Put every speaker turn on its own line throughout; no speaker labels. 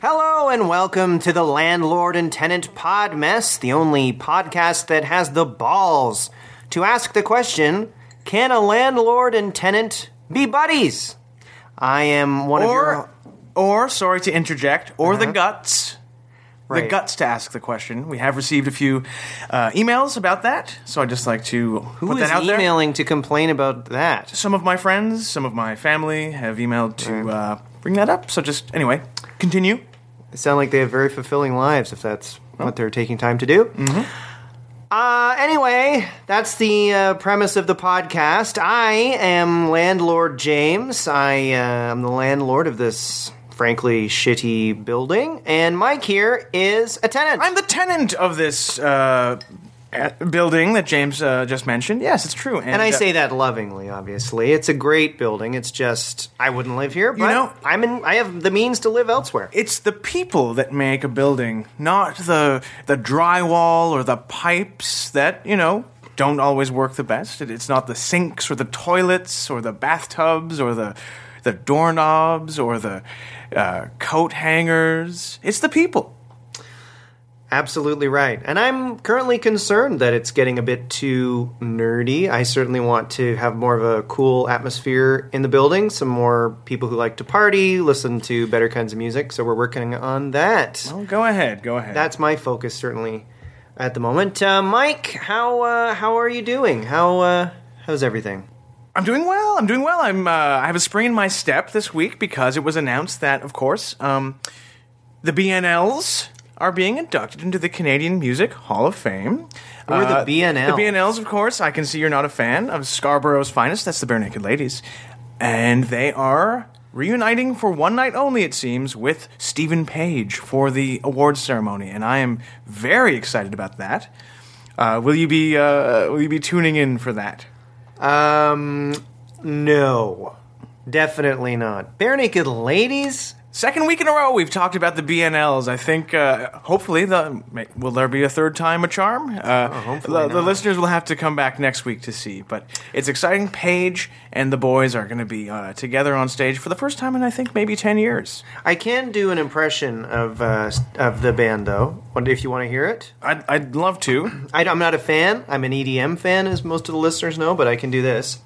and welcome to the Landlord and Tenant Pod Mess, the only podcast that has the balls to ask the question Can a landlord and tenant be buddies? I am one of your.
or or sorry to interject or the guts the
Uh-huh. Right.
guts to ask the question we have received a few uh, emails about that so i'd just like to
Who
put
is
that out there
emailing to complain about that?
some of my friends some of my family have emailed to uh, bring that up so just anyway continue
They sound like they have very fulfilling lives if that's
Oh.
what they're taking time to do.
Mm-hmm.
Uh, anyway, that's the uh, premise of the podcast. I am landlord James. I uh, am the landlord of this frankly shitty building, and Mike here is a tenant.
i'm the tenant of this uh, building that james uh, just mentioned yes it's true
and I
uh,
say that lovingly, obviously. It's a great building. It's just I wouldn't live here, but
know-
I'm in. I have the means to live elsewhere.
it's the people that make a building, not the the drywall or the pipes that you know don't always work the best. It, it's not the sinks or the toilets or the bathtubs or the the doorknobs or the uh, coat hangers. It's the people.
Absolutely right. And I'm currently concerned that it's getting a bit too nerdy. I certainly want to have more of a cool atmosphere in the building, some more people who like to party, listen to better kinds of music. So we're working on that.
Well, go ahead, go ahead.
That's my focus, certainly, at the moment. Uh, Mike, how uh, how are you doing? How uh, how's everything?
I'm doing well. I'm doing well. I'm. Uh, I have a spring in my step this week because it was announced that, of course, um, the BNLs are being inducted into the Canadian Music Hall of Fame. Uh,
Who are the BNLs?
The BNLs, of course. I can see you're not a fan of Scarborough's finest. That's the Bare Naked Ladies, and they are reuniting for one night only, it seems, with Stephen Page for the awards ceremony, and I am very excited about that. Uh, will you be uh, Will you be tuning in for that?
Um, no, definitely not. Bare naked ladies.
Second week in a row, we've talked about the BNLs. I think, uh, hopefully, the, may- will there be a third time a charm? Uh,
hopefully
the, the listeners will have to come back next week to see. But it's exciting. Paige and the boys are going to be uh, together on stage for the first time in, I think, maybe 10 years.
I can do an impression of uh, of the band though. What if you want to hear it?
I'd, I'd love to.
I, am not a fan. I'm an EDM fan, as most of the listeners know, but I can do this.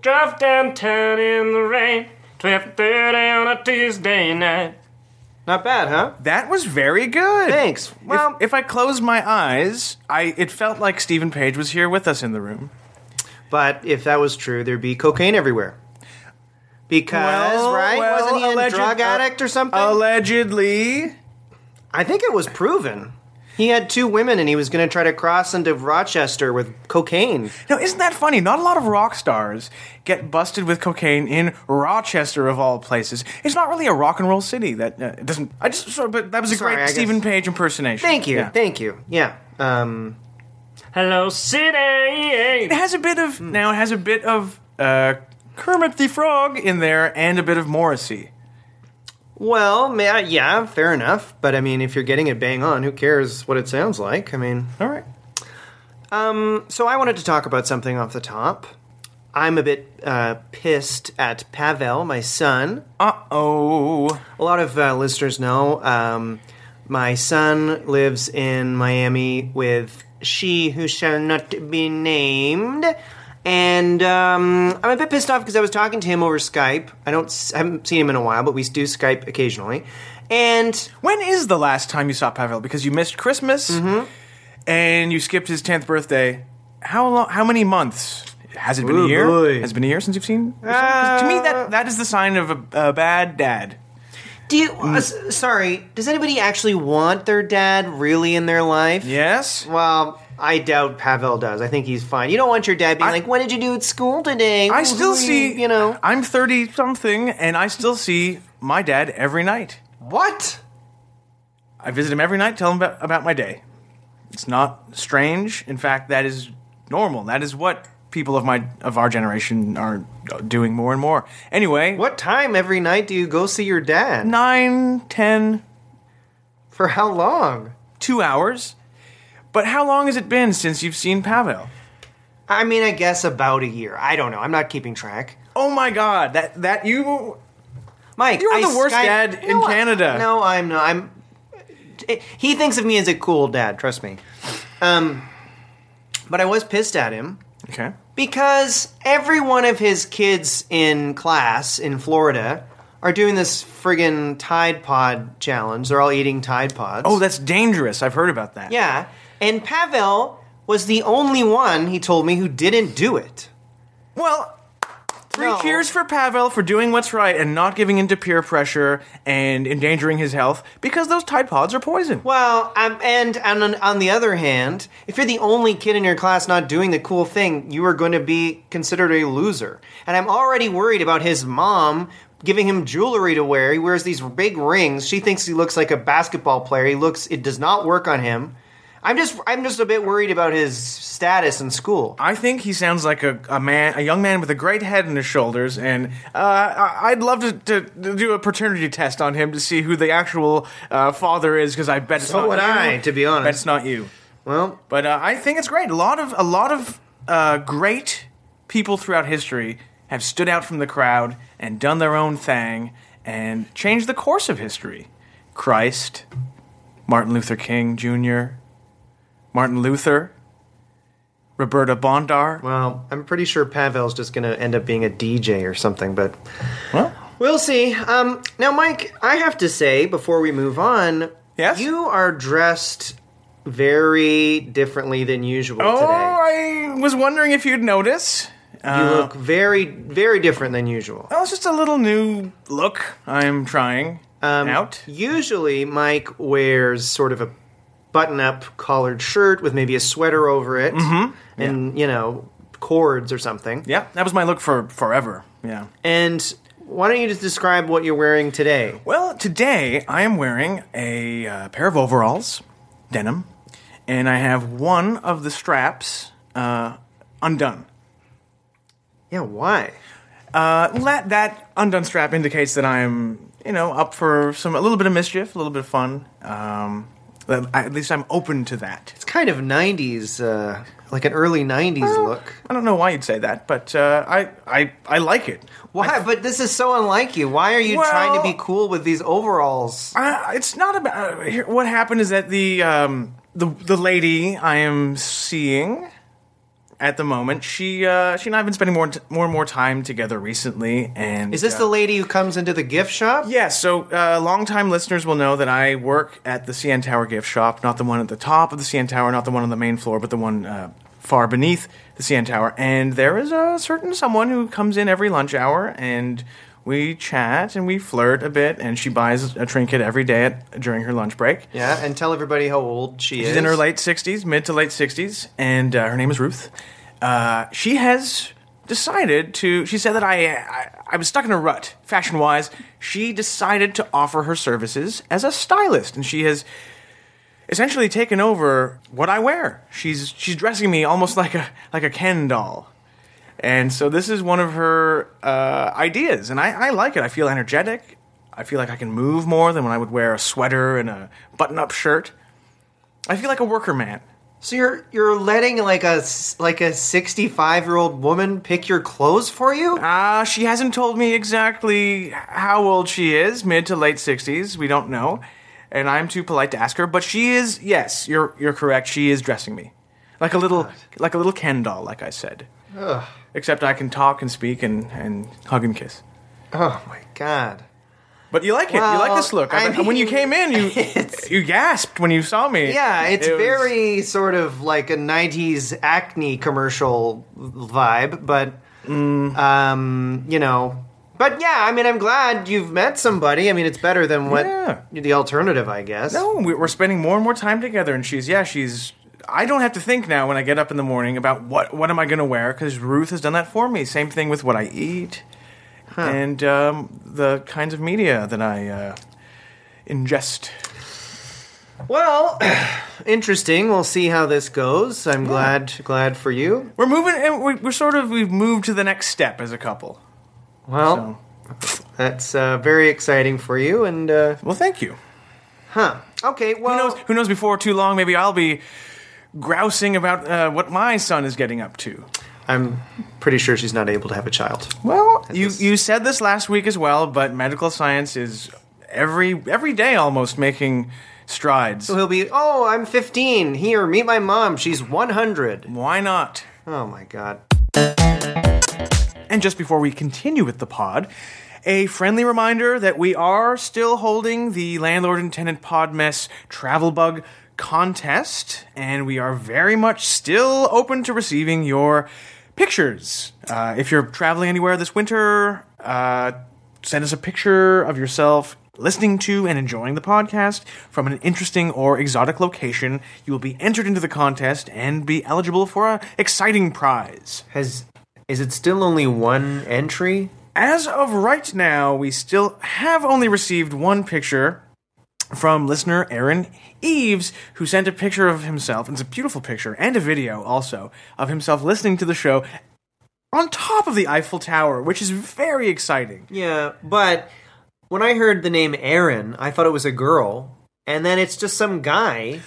Drive downtown in the rain, 12.30 on a Tuesday night.
Not bad, huh?
That was very good.
Thanks.
If-
Well-
if, I closed my eyes, I it felt like Stephen Page was here with us in the room.
But if that was true, there'd be cocaine everywhere. Because
Well,
right,
well,
wasn't he a
alleged-
drug
uh,
addict or something?
Allegedly.
I think it was proven. He had two women, and he was going to try to cross into Rochester with cocaine.
Now, isn't that funny? Not a lot of rock stars get busted with cocaine in Rochester, of all places. It's not really a rock and roll city. That uh, it doesn't. I just. Sorry, but that was a
Sorry, I
great
guess-
Stephen Page impersonation.
Thank you,
Yeah.
thank you. Yeah. Um,
Hello, city!
it has a bit of
Hmm.
now. It has a bit of uh, Kermit the Frog in there and a bit of Morrissey.
well, ma- yeah, fair enough. But I mean, if you're getting it bang on, who cares what it sounds like? I mean,
All right.
So I wanted to talk about something off the top. I'm a bit uh, pissed at Pavel, my son.
Uh oh.
A lot of uh, listeners know um, my son lives in Miami with she who shall not be named. And um, I'm a bit pissed off because I was talking to him over Skype. I don't, s- I haven't seen him in a while, but we do Skype occasionally. And
When is the last time you saw Pavel? Because you missed Christmas
Mm-hmm.
and you skipped his tenth birthday. How long? How many months? Has it been
Ooh,
a year?
boy. Uh,
Has it been a year since you've seen? your son? 'Cause to me, that that is the sign of a, a bad dad.
do you,
Mm.
uh, s- sorry, does anybody actually want their dad really in their life?
Yes.
Well, I doubt Pavel does. I think he's fine. You don't want your dad being
I-
like, "What did you do at school today?"
I
Ooh,
still
ooh,"
see.
you know
I'm thirty something, and I still see my dad every night.
what?
I visit him every night. Tell him about, about my day. It's not strange. In fact, that is normal. That is what people of my of our generation are doing more and more. Anyway,
What time every night do you go see your dad?
nine, ten,
For how long?
two hours. But how long has it been since you've seen Pavel?
I mean, I guess about a year. I don't know. I'm not keeping track.
Oh my God! That that you
Mike,
You're
I
the worst
Skype-
dad in
No, I-
Canada.
no, I'm not. I'm. it, he thinks of me as a cool dad. Trust me. Um, but I was pissed at him
Okay.
because every one of his kids in class in Florida are doing this friggin' Tide Pod challenge. They're all eating Tide Pods.
Oh, that's dangerous. I've heard about that.
yeah. And Pavel was the only one he told me who didn't do it.
Well, three
No.
cheers for Pavel for doing what's right and not giving in to peer pressure and endangering his health because those Tide Pods are poison.
Well, um, and and on, on the other hand, if you're the only kid in your class not doing the cool thing, you are going to be considered a loser. And I'm already worried about his mom giving him jewelry to wear. He wears these big rings. She thinks he looks like a basketball player. He looks. It does not work on him. I'm just I'm just a bit worried about his status in school.
I think he sounds like a, a man, a young man with a great head on his shoulders, and uh, I- I'd love to, to, to do a paternity test on him to see who the actual uh, father is, because I bet it's
So
not
would
you.
I, to be honest.
bet it's not you.
Well,
But uh, I think it's great. A lot of a lot of uh, great people throughout history have stood out from the crowd and done their own thing and changed the course of history. Christ, Martin Luther King Jr., Martin Luther, Roberta Bondar.
well, I'm pretty sure Pavel's just going to end up being a DJ or something. But
Well,
We'll see. Um, now, Mike, I have to say before we move on,
Yes?
you are dressed very differently than usual
oh,
today.
I was wondering if you'd notice.
You
uh.
look very, very different than usual.
Oh, it's just a little new look I'm trying
Um,
out.
Usually, Mike wears sort of a button-up collared shirt with maybe a sweater over it, and you know cords or something.
Yeah, that was my look for forever. Yeah.
And why don't you just describe what you're wearing today?
Well, today I am wearing a uh, pair of overalls, denim, and I have one of the straps uh, undone.
Yeah, why?
Uh, la- that undone strap indicates that I'm, you know, up for some a little bit of mischief, a little bit of fun. Um, that- at least I'm open to that.
It's kind of '90s, uh, like an early '90s look.
I don't know why you'd say that, but uh, I, I I like it.
Why? but this is so unlike you. Why are you
Well-
trying to be cool with these overalls?
Uh, it's not about. here- What happened is that the um, the the lady I am seeing at the moment, she uh, she and I have been spending more t- more and more time together recently, and
Is this
uh,
the lady who comes into the gift shop?
yeah, so uh, longtime listeners will know that I work at the CN Tower gift shop, not the one at the top of the CN Tower, not the one on the main floor, but the one uh, far beneath the CN Tower. And there is a certain someone who comes in every lunch hour and we chat and we flirt a bit, and she buys a trinket every day at, during her lunch break.
Yeah, and tell everybody how old she is.
She's in her late 60s, mid to late 60s, and uh, her name is Ruth. Uh, she has decided to. She said that I, I I was stuck in a rut, fashion wise. She decided to offer her services as a stylist, and she has essentially taken over what I wear. She's she's dressing me almost like a like a Ken doll. And so this is one of her uh, ideas, and I, I like it. I feel energetic. I feel like I can move more than when I would wear a sweater and a button-up shirt. I feel like a worker man.
So you're you're letting like a s- like a 65 year old woman pick your clothes for you?
Uh, she hasn't told me exactly how old she is, mid to late 60s. We don't know. And I'm too polite to ask her, but she is, yes, you're, you're correct. She is dressing me. Like a little, like a little Ken doll, like I said. Except I can talk and speak and, and hug and kiss.
Oh my god.
But you like it. you like this
Well,
look. I,
I
when you
mean,
came in, you you gasped when you saw me.
Yeah, it's
It was-
very sort of like a 90s acne commercial vibe, but
Mm.
um, you know, but yeah, I mean, I'm glad you've met somebody. I mean, it's better than what
Yeah.
the alternative, I guess.
No, we- we're spending more and more time together, and she's yeah, she's. I don't have to think now when I get up in the morning about what what am I going to wear because Ruth has done that for me. Same thing with what I eat, and um, the kinds of media that I uh, ingest.
Well, interesting. We'll see how this goes. I'm glad glad for you.
We're moving, and we- we're sort of we've moved to the next step as a couple.
Well, that's uh, very exciting for you. And uh,
Well, thank you.
huh? Okay.
Who
Well,
knows? Who knows? Before too long, maybe I'll be grousing about uh, what my son is getting up to.
I'm pretty sure she's not able to have a child.
Well, you
this-
you said this last week as well, but medical science is every every day almost making strides.
So he'll be, oh, I'm 15. Here, meet my mom. She's 100.
Why not?
Oh my god.
And just before we continue with the pod, a friendly reminder that we are still holding the Landlord and Tenant Pod Mess Travel Bug contest, and we are very much still open to receiving your pictures. Uh, if you're traveling anywhere this winter, uh, send us a picture of yourself listening to and enjoying the podcast from an interesting or exotic location. You will be entered into the contest and be eligible for an exciting prize.
Has is it still only one entry?
As of right now, we still have only received one picture from listener Aaron Eves, who sent a picture of himself, and it's a beautiful picture, and a video also, of himself listening to the show on top of the Eiffel Tower, which is very exciting.
Yeah, but when I heard the name Aaron, I thought it was a girl, and then it's just some guy.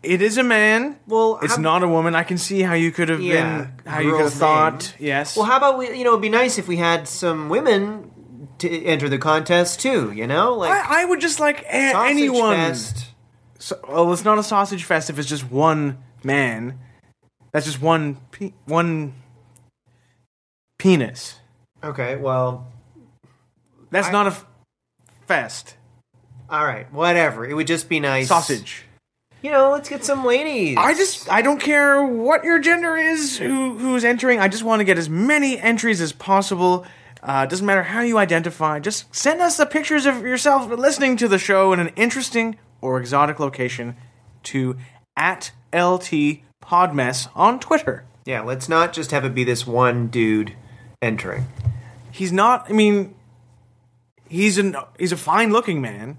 It is a man.
Well,
it's
how-
not a woman. I can see how you could have
Yeah,
been, how you could have
girl's
thought.
name.
Yes.
Well, how about we? You know, it'd be nice if we had some women to enter the contest too. You know, like
I, I would just like a-
Sausage
anyone.
Fest.
So, well, it's not a sausage fest if it's just one man. That's just one pe- one penis.
Okay, well,
That's not a f- fest.
all right, whatever. It would just be nice.
Sausage.
You know, let's get some ladies.
I just I don't care what your gender is, who who's entering. I just want to get as many entries as possible. Uh, doesn't matter how you identify. Just send us the pictures of yourself listening to the show in an interesting or exotic location to at lt podmess on Twitter.
yeah, let's not just have it be this one dude entering.
He's not. I mean, he's an he's a fine looking man.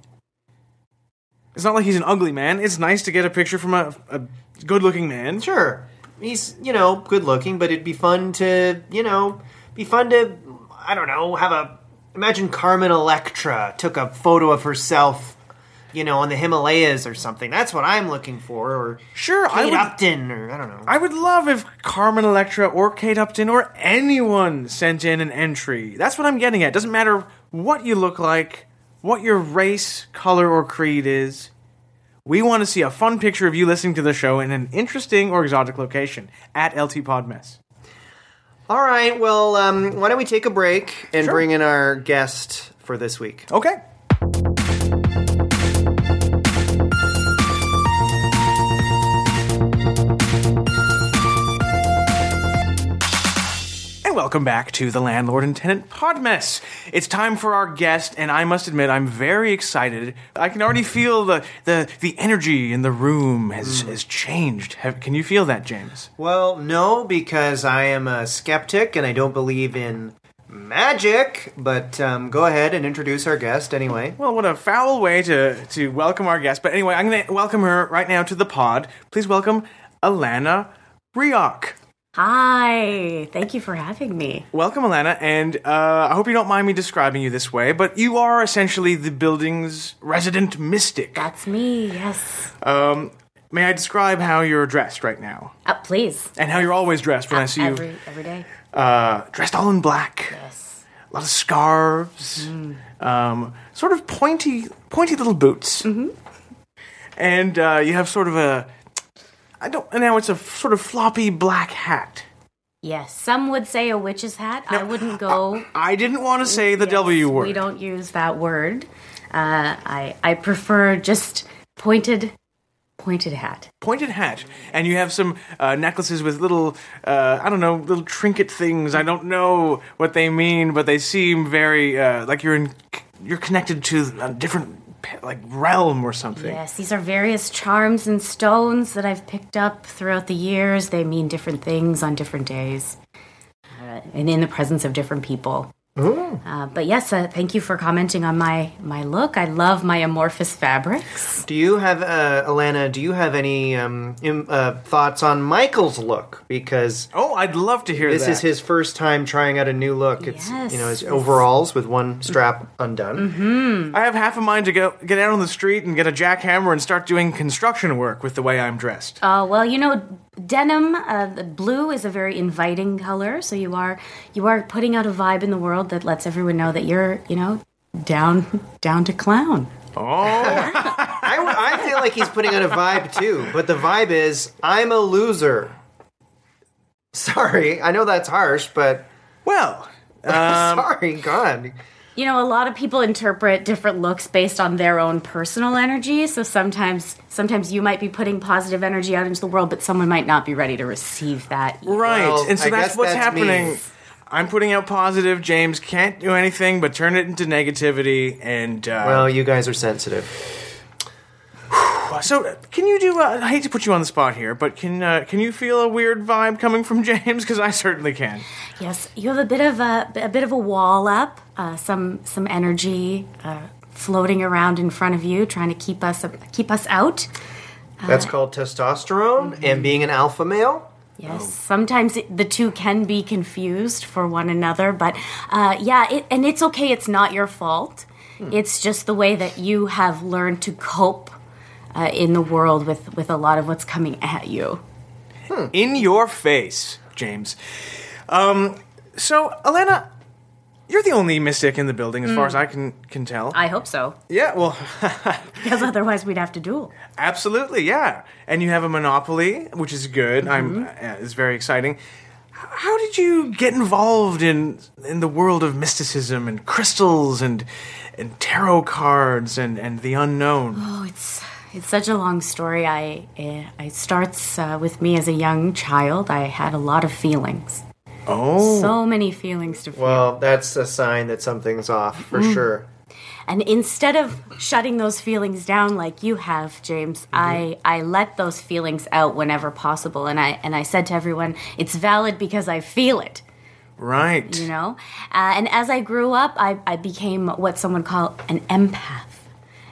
It's not like he's an ugly man. It's nice to get a picture from a, a good looking man.
Sure, he's you know good looking, but it'd be fun to you know be fun to I don't know have a imagine Carmen Electra took a photo of herself. You know, on the Himalayas or something. That's what I'm looking for. Or
Sure, I
Kate
would-
Upton, or I don't know.
I would love if Carmen Electra or Kate Upton or anyone sent in an entry. That's what I'm getting at. Doesn't matter what you look like, what your race, color, or creed is. We want to see a fun picture of you listening to the show in an interesting or exotic location at LT Podmess.
All right. Well, um, why don't we take a break and
Sure.
bring in our guest for this week?
Okay. And welcome back to the Landlord and Tenant Podmess. It's time for our guest, and I must admit, I'm very excited. I can already feel the the, the energy in the room has, has changed. Have, can you feel that, James?
Well, no, because I am a skeptic and I don't believe in magic. But um, go ahead and introduce our guest anyway.
Well, what a foul way to, to welcome our guest. But anyway, I'm going to welcome her right now to the pod. Please welcome Alana Rioch.
Hi, thank you for having me.
Welcome, Alana, and uh, I hope you don't mind me describing you this way, but you are essentially the building's resident mystic.
That's me, yes.
Um, may I describe how you're dressed right now?
Uh, please.
And how you're always dressed when I see
every,
you
every day.
uh, dressed all in black.
Yes. Mm.
a lot of scarves, um, sort of pointy, pointy little boots,
Mm-hmm.
and uh, you have sort of a, I don't now it's a sort of floppy black hat.
Yes. Some would say a witch's hat. I wouldn't go.
I didn't want to say the
Yes,
W word.
We don't use that word. Uh, I I prefer just pointed, pointed hat.
Pointed hat, and you have some uh, necklaces with little, uh, I don't know, little trinket things. I don't know what they mean, but they seem very uh, like you're in, you're connected to a different pe- like realm or something.
Yes, these are various charms and stones that I've picked up throughout the years. They mean different things on different days, uh, and in the presence of different people. Uh, but yes, uh, thank you for commenting on my my look. I love my amorphous fabrics.
Do you have, uh, Alana? Do you have any um, im- uh, thoughts on Michael's look? Because
Oh, I'd love to hear
this
that.
is his first time trying out a new look. It's you know his
Yes.
overalls with one strap undone.
I have half a mind to go get out on the street and get a jackhammer and start doing construction work with the way I'm dressed.
Uh, well, you know, denim, uh, the blue is a very inviting color, so you are you are putting out a vibe in the world that lets everyone know that you're you know down down to clown.
Oh,
I, w- I feel like he's putting on a vibe too, but the vibe is I'm a loser. Sorry, I know that's harsh, but
Well,
sorry, God.
You know, a lot of people interpret different looks based on their own personal energy. So sometimes, sometimes you might be putting positive energy out into the world, but someone might not be ready to receive that.
right.
Well,
and so
I
that's
guess
what's
that's me.
happening. I'm putting out positive. James can't do anything but turn it into negativity. And uh,
Well, you guys are sensitive.
So, uh, can you do? Uh, I hate to put you on the spot here, but can uh, can you feel a weird vibe coming from James? Because I certainly can.
Yes, you have a bit of a, a bit of a wall up, uh, some some energy uh, floating around in front of you, trying to keep us keep us out.
That's called testosterone and being an alpha male.
Yes, sometimes it, the two can be confused for one another, but uh, yeah, it, and it's okay. It's not your fault. It's just the way that you have learned to cope uh, in the world with with a lot of what's coming at you.
In your face, James. Um. So, Elena, you're the only mystic in the building, as far
Hmm.
as I can can tell.
I hope so,
yeah. Well,
because otherwise we'd have to duel.
absolutely. Yeah. And you have a monopoly, which is good. I'm.
Mm-hmm.
Uh, it's very exciting. H- How did you get involved in in the world of mysticism and crystals and and tarot cards and and the unknown?
Oh, it's it's such a long story. I eh, it starts uh, with me as a young child. I had a lot of feelings,
Oh,
so many feelings to feel.
Well, that's a sign that something's off for sure.
and instead of shutting those feelings down like you have, James, I I let those feelings out whenever possible, and I and I said to everyone, it's valid because I feel it.
right.
you know uh, and as i grew up I, I became what someone call an empath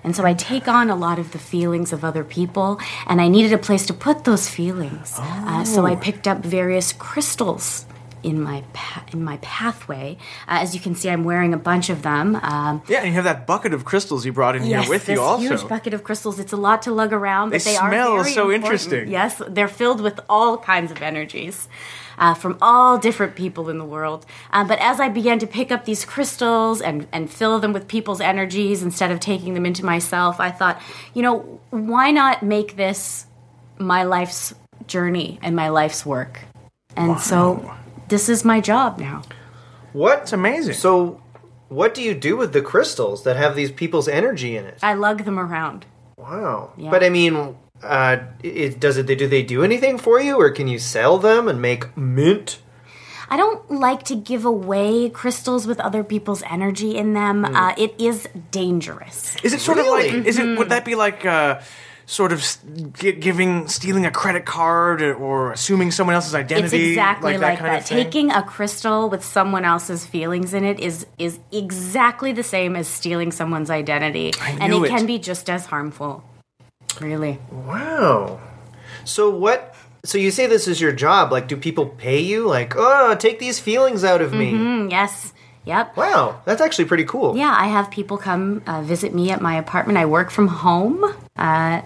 and so i take on a lot of the feelings of other people and i needed a place to put those feelings uh, so i picked up various crystals in my pa- in my pathway uh, as you can see i'm wearing a bunch of them um,
Yeah, and you have that bucket of crystals you brought in
Yes,
here with
this
you also.
huge bucket of crystals. It's a lot to lug around, but
They
they, are
smell
very
so
important.
interesting.
Yes, they're filled with all kinds of energies uh, from all different people in the world. Uh, but as I began to pick up these crystals and and fill them with people's energies instead of taking them into myself, I thought, you know, why not make this my life's journey and my life's work? And so this is my job now.
What?
It's amazing. So
So, what do you do with the crystals that have these people's energy in it?
I lug them around.
Wow.
Yeah.
But I mean, uh, it, does it? Do they do anything for you, or can you sell them and make mint?
I don't like to give away crystals with other people's energy in them.
Hmm.
Uh, it is dangerous.
is it sort of like?
Really?
Is it? Would
Hmm.
that be like? Uh, Sort of s- gi- giving, stealing a credit card, or, or assuming someone else's identity,
It's exactly
like that
like, that.
kind of thing.
Taking a crystal with someone else's feelings in it is is exactly the same as stealing someone's identity, and
knew
it,
it.
can be just as harmful. Really,
Wow. So what? So you say this is your job? Like, do people pay you? Like, oh, take these feelings out of me.
Mm, yes, yep.
Wow, that's actually pretty cool.
Yeah, I have people come uh, visit me at my apartment. I work from home, uh,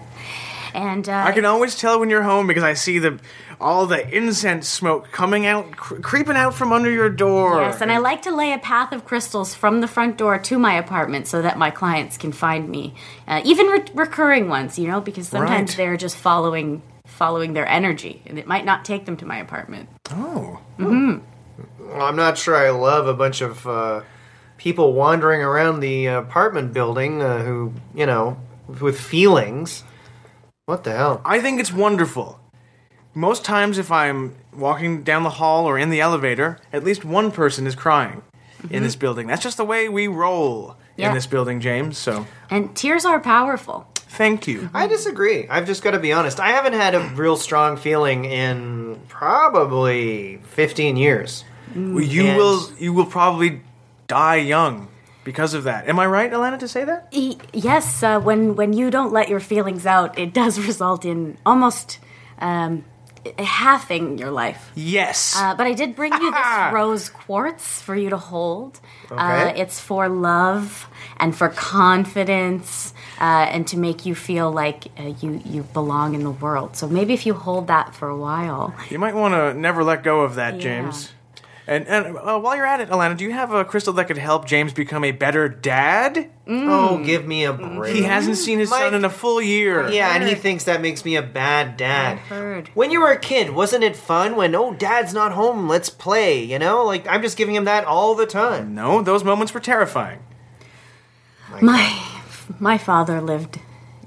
and uh,
I can always tell when you're home because I see the all the incense smoke coming out, cr- creeping out from under your door.
Yes, and I like to lay a path of crystals from the front door to my apartment so that my clients can find me, uh, even re- recurring ones, you know, because sometimes
Right.
they're just following following their energy, and it might not take them to my apartment.
oh,
Well, I'm not sure I love a bunch of uh, people wandering around the apartment building uh, who, you know, with feelings. What the hell?
I think it's wonderful. Most times, if I'm walking down the hall or in the elevator, at least one person is crying in this building. That's just the way we roll in
Mm-hmm. Yeah.
this building, James. So
And tears are powerful.
thank you.
I disagree. I've just got to be honest. I haven't had a real strong feeling in probably 15 years.
Well, you
And-
will. You will probably die young because of that. Am I right, Elena, to say that?
E- yes, uh, when when you don't let your feelings out, it does result in almost um, halving your life.
Yes.
Uh, but I did bring you this rose quartz for you to hold. Uh,
Okay.
it's for love and for confidence uh, and to make you feel like uh, you, you belong in the world. So maybe if you hold that for a while.
you might want to never let go of that,
Yeah.
James. And, and uh, while you're at it, Alana, do you have a crystal that could help James become a better dad?
Oh, give me a break.
Mm-hmm.
He hasn't seen his son
Mike-
in a full year.
Yeah, and he thinks that makes me a bad dad.
I heard.
When you were a kid, wasn't it fun when, oh, dad's not home, let's play, you know? Like, I'm just giving him that all the time.
No, those moments were terrifying.
My my father lived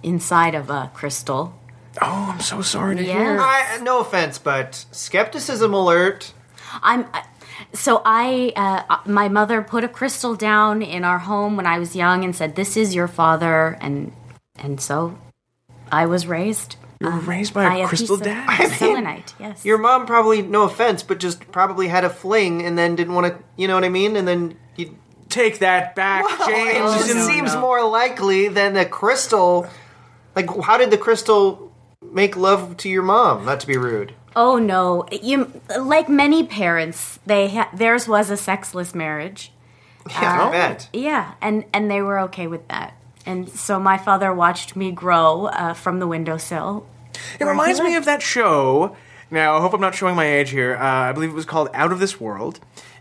inside of a crystal.
Oh, I'm so sorry to
Yeah.
hear.
I, no offense, but skepticism alert.
I'm I- so I uh, my mother put a crystal down in our home when I was young and said this is your father and and so I was raised
You were raised by
I
a
a
crystal
piece of
dad.
selenite. Yes.
Your mom probably, no offense, but just probably had a fling and then didn't want to, you know what I mean? And then you.
Take that back,
it
James.
just
You know-
seems more likely than the crystal. Like, how did the crystal make love to your mom? Not to be rude.
oh no, you like many parents, they ha- theirs was a sexless marriage.
Yeah, I bet.
Yeah, and and they were okay with that. And so my father watched me grow uh, from the windowsill.
It reminds me of that show. Now, I hope I'm not showing my age here. Uh, I believe it was called Out of This World.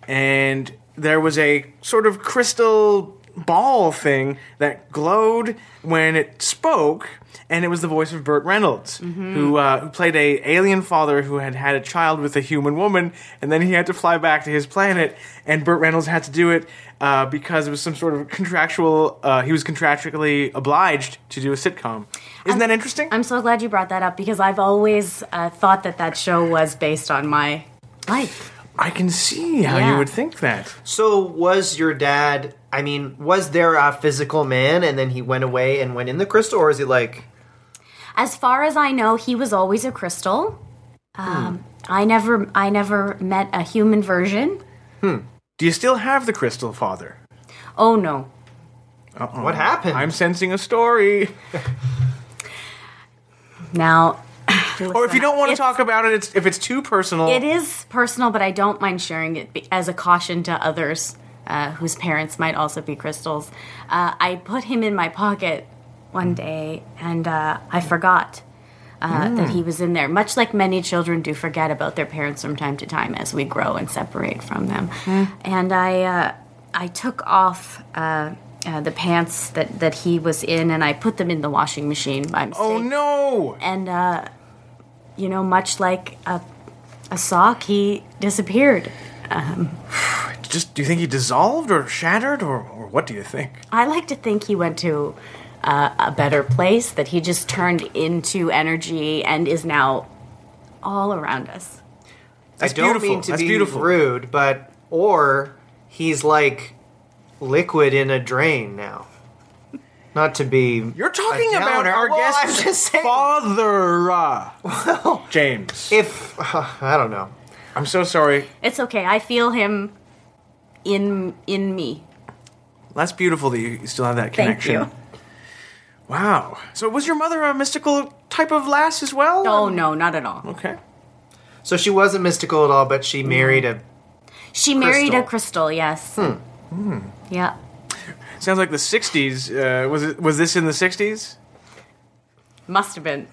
And there was a sort of crystal ball thing that glowed when it spoke. And it was the voice of Burt Reynolds, who, uh, who played a alien father who had had a child with a human woman, and then he had to fly back to his planet, and Burt Reynolds had to do it uh, because it was some sort of contractual. Uh, he was contractually obliged to do a sitcom. Isn't that interesting?
I'm so glad you brought that up because I've always uh, thought that that show was based on my life.
I can see how you
Yeah.
would think that.
So was your dad? I mean, was there a physical man, and then he went away and went in the crystal, or is he like?
As far as I know, he was always a crystal.
Hmm.
Um, I never, I never met a human version.
Do you still have the crystal, Father?
Oh no,
What happened?
Oh, I'm sensing a story.
now.
Or if you don't want to
It's-
talk about it, it's, if it's too personal,
It is personal, but I don't mind sharing it be- as a caution to others uh, whose parents might also be crystals. Uh, I put him in my pocket one day and uh, I forgot uh, that he was in there, much like many children do forget about their parents from time to time as we grow and separate from them. And I, uh, I took off. Uh, uh, the pants that, that he was in, and I put them in the washing machine by mistake
oh no!
and uh, you know, much like a, a sock, he disappeared.
Just do you think he dissolved or shattered or, or what do you think?
I like to think he went to uh, a better place, that he just turned into energy and is now all around us.
I
That's
don't
beautiful.
mean to
That's
be
beautiful.
rude, but or he's like liquid in a drain now. Not to be.
You're talking
a
about
downer.
our
Well,
guest,
I'm just saying.
Father uh, James.
if I don't know.
I'm so sorry.
It's okay. I feel him in in me.
That's beautiful that you still have that
Thank
connection.
you.
Wow. So was your mother a mystical type of lass as well?
Oh no, not at all.
Okay.
So she wasn't mystical at all, but she married a.
She married a
Crystal.
crystal. Hmm. Yes. Yeah.
Sounds like the '60s. Uh, was it? Was this in the '60s?
Must have been.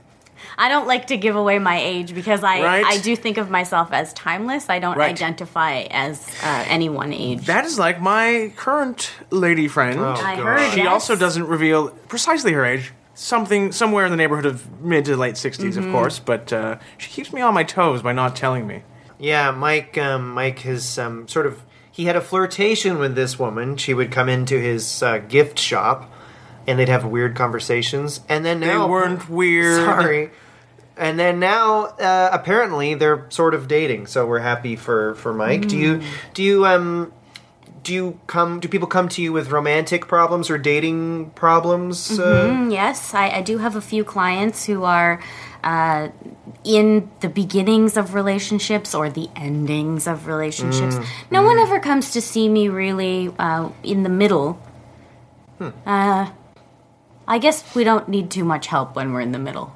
I don't like to give away my age because I,
Right.
I do think of myself as timeless. I don't
Right.
identify as uh, any one age.
That is like my current lady friend.
I
God.
heard.
she
yes.
also doesn't reveal precisely her age. Something somewhere in the neighborhood of mid to late '60s,
Mm-hmm.
of course. But uh, she keeps me on my toes by not telling me.
Yeah, Mike. Um, Mike has um, sort of he had a flirtation with this woman. She would come into his uh, gift shop, and they'd have weird conversations. And then
They
now
weren't weird.
Sorry. And then now, uh, apparently, they're sort of dating. So we're happy for for Mike. Do
Hmm.
you do you um do you come? Do people come to you with romantic problems or dating problems?
Mm-hmm.
Uh,
Mm, Yes, I, I do have a few clients who are uh, in the beginnings of relationships or the endings of relationships.
Mm,
No one ever comes to see me really uh, in the middle.
Hmm.
Uh, I guess we don't need too much help when we're in the middle.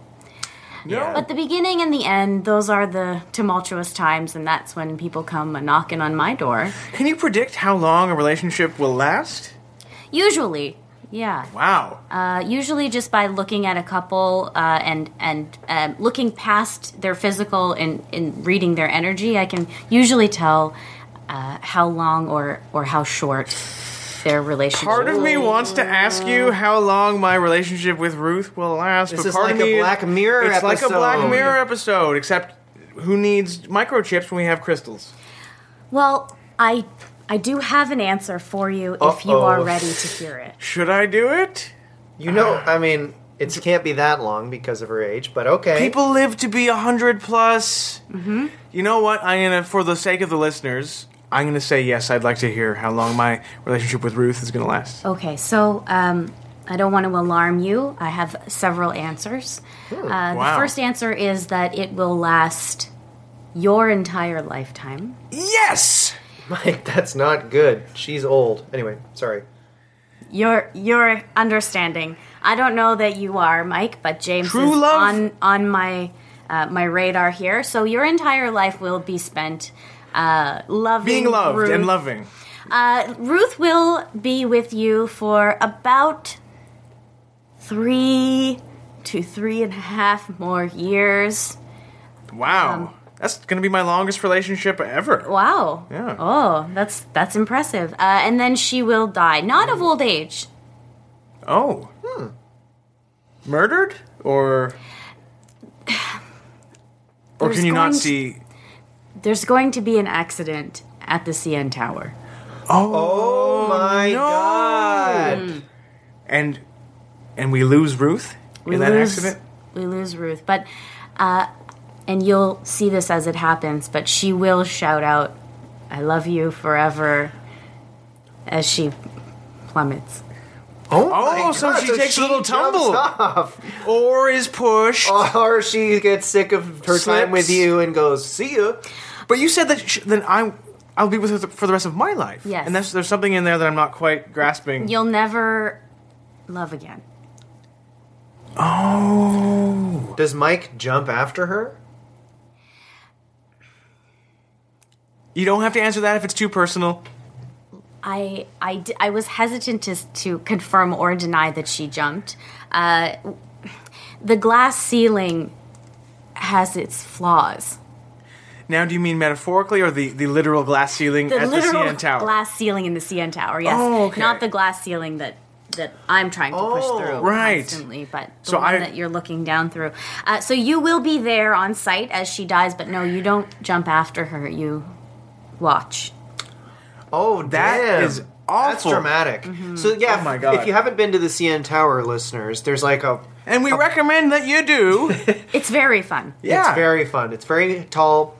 Yeah.
But the beginning and the end, those are the tumultuous times, and that's when people come a knocking on my door.
Can you predict how long a relationship will last?
Usually, yeah.
Wow.
Uh, usually, just by looking at a couple uh, and and um looking past their physical and, and reading their energy, I can usually tell uh, how long or or how short their relationship.
Part of me wants to ask you how long my relationship with Ruth will last.
This
but
is
part of
like a
me-
Black Mirror
It's like a Black
episode.
Mirror episode, except who needs microchips when we have crystals?
Well, I I do have an answer for you if you are
Uh-oh.
ready to hear it.
Should I do it?
You know, I mean, it can't be that long because of her age, but okay.
People live to be hundred plus. Mm-hmm. You know what? I'm gonna, for the sake of the listeners, I'm gonna say yes. I'd like to hear how long my relationship with Ruth is gonna last.
Okay, so um, I don't want to alarm you. I have several answers. Uh,
Wow.
The first answer is that it will last your entire lifetime.
Yes.
Mike, that's not good. She's old. Anyway, sorry.
Your your understanding. I don't know that you are, Mike, but James
True
is
love?
on on my uh, my radar here. So your entire life will be spent uh, loving,
Being loved
Ruth.
and loving.
Uh, Ruth will be with you for about three to three and a half more years.
Wow.
Um,
That's gonna be my longest relationship ever.
Wow.
Yeah.
Oh, that's that's impressive. Uh, and then she will die, not of old age.
Oh. Hmm. Murdered? Or. Or
There's
can you
going
not
to-
see.
There's going to be an accident at the CN Tower.
Oh.
Oh my
no.
god.
Hmm. And. And we lose Ruth in that accident?
We lose Ruth, but uh, and you'll see this as it happens. But she will shout out, "I love you forever," as she plummets.
Oh,
Oh, so she takes a little
jumps Oh.
tumble.
off.
Or is pushed.
Or she gets sick of her time
Slips.
with you and goes, "See ya."
But you said that sh- then I'm. I'll be with her th- for the rest of my life.
Yes.
And that's, there's something in there that I'm not quite grasping.
You'll never love again.
Oh.
Does Mike jump after her?
You don't have to answer that if it's too personal.
I, I, d- I was hesitant to, to confirm or deny that she jumped. Uh, w- the glass ceiling has its flaws.
Now, do you mean metaphorically or the, the literal glass ceiling
The
at the
literal
CN Tower?
glass ceiling in the CN Tower, yes.
Oh, okay.
Not the glass ceiling that, that I'm trying to
Oh,
push through
right.
constantly, but the
So
one
I-
that you're looking down through. Uh, so you will be there on site as she dies, but no, you don't jump after her. You watch.
Oh,
That
damn.
is
That's
awful.
dramatic. So yeah,
Oh my God.
if you haven't been to the CN Tower, listeners, there's like a.
And we recommend that you do.
It's very fun.
yeah.
It's very fun. It's very tall.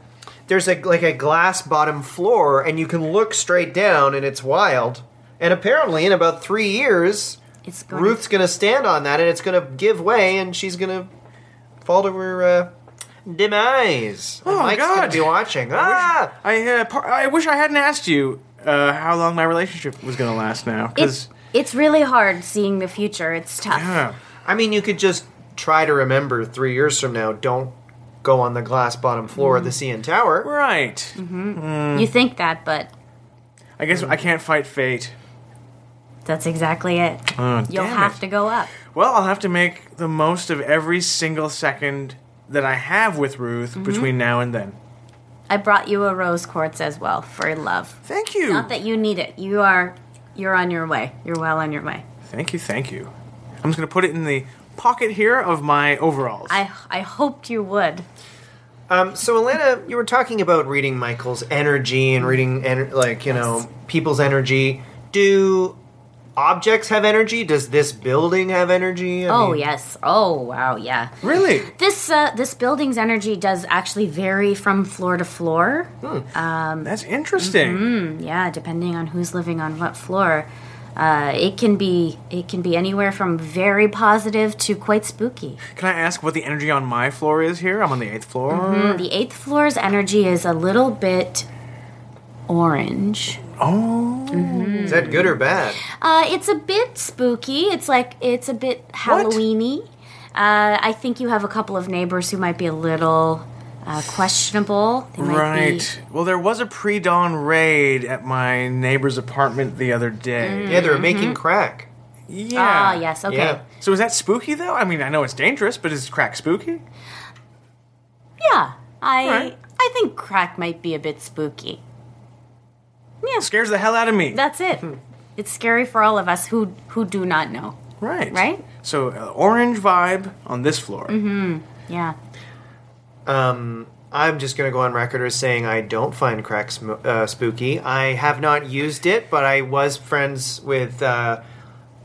There's a like a glass bottom floor, and you can look straight down, and it's wild. And apparently, in about three years,
It's going to
Ruth's gonna stand on that, and it's gonna give way, and she's gonna fall to her uh, demise. And
Oh,
Mike's gonna
God.
be watching. Ah!
I uh, par- I wish I hadn't asked you uh, how long my relationship was going to last now
It's
because
it's really hard seeing the future. It's tough.
I mean, you could just try to remember three years from now. Don't go on the glass bottom floor of the
Mm.
CN Tower.
right.
Mm-hmm.
Mm.
You think that, but
I guess I can't fight fate.
that's exactly it.
Oh,
You'll
damn
have
it.
to go up.
Well, I'll have to make the most of every single second that I have with Ruth
Mm-hmm.
between now and then.
I brought you a rose quartz as well for love.
Thank you.
Not that you need it. You are you're on your way. You're well on your way.
thank you. Thank you. I'm just going to put it in the pocket here of my overalls.
I I hoped you would.
Um, so, Elena, you were talking about reading Michael's energy and reading, ener- like, you know, people's energy. Do objects have energy? Does this building have energy? I
Oh
mean-
yes. Oh wow. Yeah.
really?
This uh, this building's energy does actually vary from floor to floor. Mm,
That's interesting.
Mm-hmm. Yeah, depending on who's living on what floor, uh, it can be it can be anywhere from very positive to quite spooky.
Can I ask what the energy on my floor is here? I'm on the eighth floor.
The eighth floor's energy is a little bit orange.
Oh.
Mm-hmm.
Is that good or bad?
Uh, it's a bit spooky. It's like it's a bit Halloweeny. Uh, I think you have a couple of neighbors who might be a little uh, questionable. They might
Right. Well, there was a pre dawn raid at my neighbor's apartment the other day.
Yeah, they're making crack.
Be,
Yeah.
Mm. ah, yes. Okay.
Yeah.
Yeah.
So is that spooky though? I mean, I know it's dangerous, but is crack spooky?
I
Right.
I think crack might be a bit spooky. Yeah.
Scares the hell out of me.
That's it.
Hmm.
It's scary for all of us who who do not know.
right.
Right? Mm-hmm.
So uh, orange vibe on this floor.
Yeah.
I'm just going to go on record as saying I don't find crack sm- uh, spooky. I have not used it, but I was friends with uh,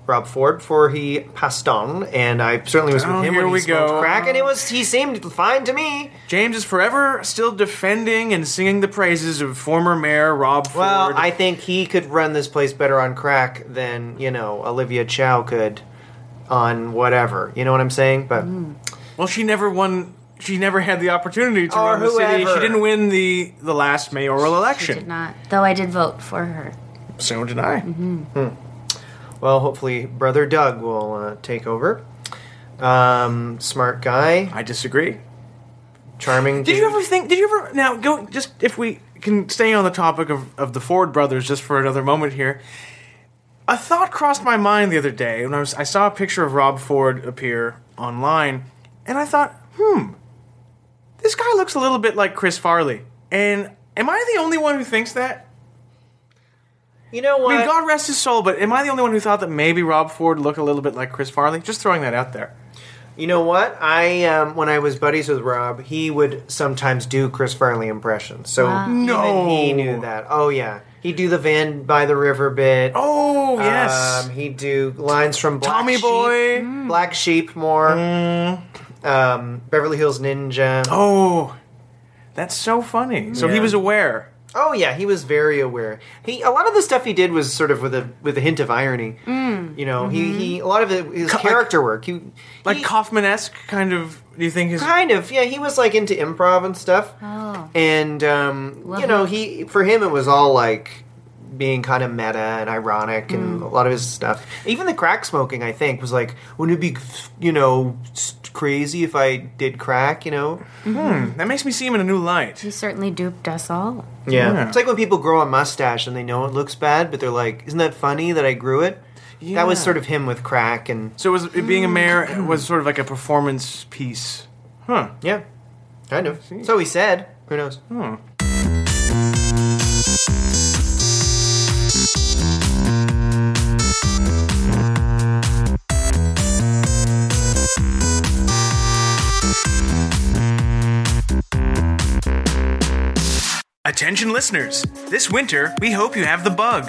Rob Ford before he passed on, and I certainly was with
Oh,
him
here
when
we
he smoked
go.
crack, and it was he seemed fine to me.
James is forever still defending and singing the praises of former mayor Rob
Well,
Ford.
I think he could run this place better on crack than you know Olivia Chow could on whatever. You know what I'm saying? But
Hmm. well, she never won. She never had the opportunity to
Or
run the city.
whoever.
She didn't win the the last mayoral
I did
election.
not. Mm-hmm. Though I did vote for her.
So did I.
well, hopefully brother Doug will uh, take over. Um, smart guy,
I disagree.
charming.
Did
dude.
you ever think? Did you ever now go? Just if we can stay on the topic of of the Ford brothers just for another moment here. A thought crossed my mind the other day when I was I saw a picture of Rob Ford appear online, and I thought, hmm, this guy looks a little bit like Chris Farley. And am I the only one who thinks that?
You know what?
I mean, God rest his soul, but am I the only one who thought that maybe Rob Ford looked a little bit like Chris Farley? Just throwing that out there.
You know what? I um, when I was buddies with Rob, he would sometimes do Chris Farley impressions. So even
No.
he knew that. Oh yeah, he'd do the van by the river bit.
Oh yes,
um, he'd do lines from Black
Tommy
Sheep-
Boy. Mm.
Black Sheep more. Um, Beverly Hills Ninja. Oh.
Oh, that's so funny. So he
Yeah.
was aware.
Oh, yeah, he was very aware. He a lot of the stuff he did was sort of with a with a hint of irony. You know, he, he a lot of it, his character work. He
Mm-hmm. like
he-
Kaufman esque kind of. Do you think his?
kind of yeah he was like into improv and stuff
Oh.
and um,
Well,
you know he for him it was all like being kind of meta and ironic
Mm.
and a lot of his stuff even the crack smoking i think was like wouldn't it be you know s- crazy if i did crack you know
Hmm, that makes me see him in a new light.
You certainly duped us all.
yeah.
Yeah.
it's like when people grow a mustache and they know it looks bad but they're like isn't that funny that i grew it that was
Yeah.
sort of him with crack and
So was it being a mayor was sort of like a performance piece, huh?
yeah kind of so he said who knows
Attention listeners! This winter, we hope you have the bug,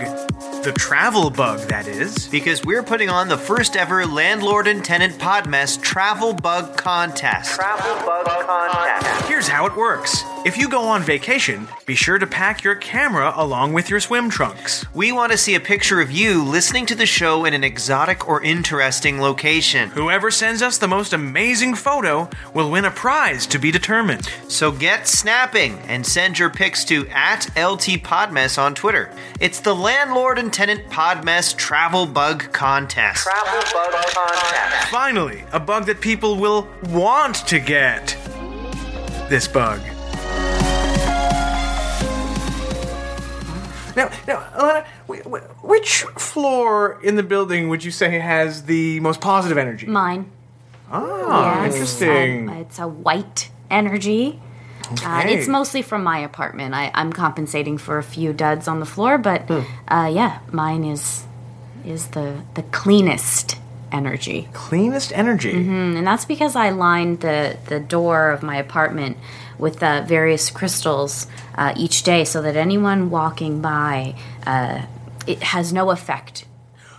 the travel bug, that is.
because we're putting on the first ever landlord and tenant podmess travel bug contest. Travel bug contest.
Here's how it works. If you go on vacation, be sure to pack your camera along with your swim trunks.
We want to see a picture of you listening to the show in an exotic or interesting location.
Whoever sends us the most amazing photo will win a prize to be determined.
So get snapping and send your pics to at LT Podmess on Twitter. It's the Landlord and Tenant Podmess Travel Bug Contest. Travel Bug Contest.
Finally, a bug that people will want to get. This bug. Now, now, Alana, wh- wh- which floor in the building would you say has the most positive energy?
Mine.
Ah,
Yes.
interesting.
Um, it's a white energy. Uh,
Okay.
it's mostly from my apartment. I, I'm compensating for a few duds on the floor, but
Hmm.
uh, yeah, mine is is the the cleanest energy,
Cleanest energy.
and that's because I lined the the door of my apartment with uh, various crystals uh, each day, so that anyone walking by uh, it has no effect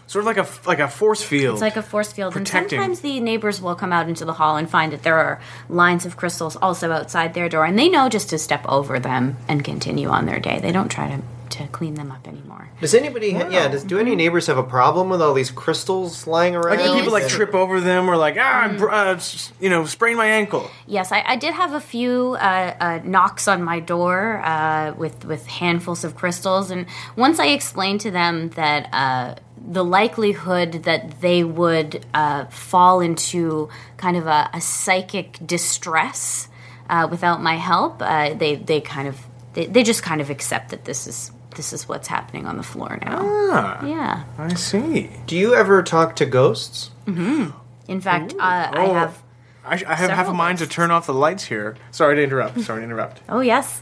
Sort of like a f- like a force field.
it's like a force field,
Protecting.
and sometimes the neighbors will come out into the hall and find that there are lines of crystals also outside their door, and they know just to step over them and continue on their day. They don't try to, to clean them up anymore.
Does anybody, yeah, does, do any neighbors have a problem with all these crystals lying around?
like when
They
people like
always-
trip over them or like ah,
Mm.
I br- uh, s- you know, sprain my ankle.
Yes, I, I did have a few uh, uh, knocks on my door uh, with with handfuls of crystals, and once I explained to them that uh, the likelihood that they would uh, fall into kind of a, a psychic distress uh, without my help, uh, they they kind of they, they just kind of accept that this is this is what's happening on the floor now.
Ah,
Yeah.
I see.
Do you ever talk to ghosts?
In fact, uh, I
Oh.
have
I, sh- I have half a
Several
mind to
books.
turn off the lights here. Sorry to interrupt. Sorry to interrupt.
Oh, yes.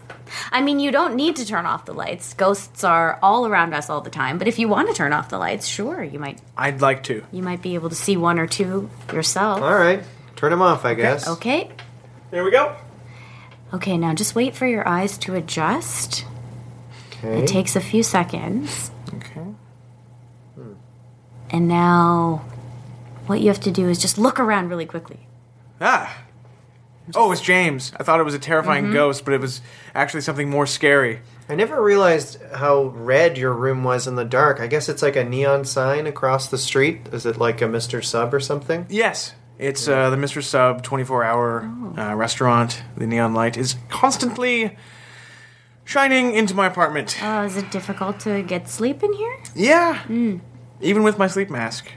I mean, you don't need to turn off the lights. Ghosts are all around us all the time. But if you want to turn off the lights, sure, you might
I'd like to.
you might be able to see one or two yourself.
All right, turn him off, I guess.
Okay.
There we go.
Okay, now just wait for your eyes to adjust.
Okay.
It takes a few seconds.
Okay.
And now what you have to do is just look around really quickly.
Ah. Oh, it's James. I thought it was a terrifying ghost, but it was actually something more scary.
I never realized how red your room was in the dark. I guess it's like a neon sign across the street. Is it like a Mr. Sub or something?
Yes. It's uh, the Mr. Sub 24 hour uh, restaurant. The neon light is constantly shining into my apartment.
Oh, is it difficult to get sleep in here?
Yeah.
Hmm.
Even with my sleep mask.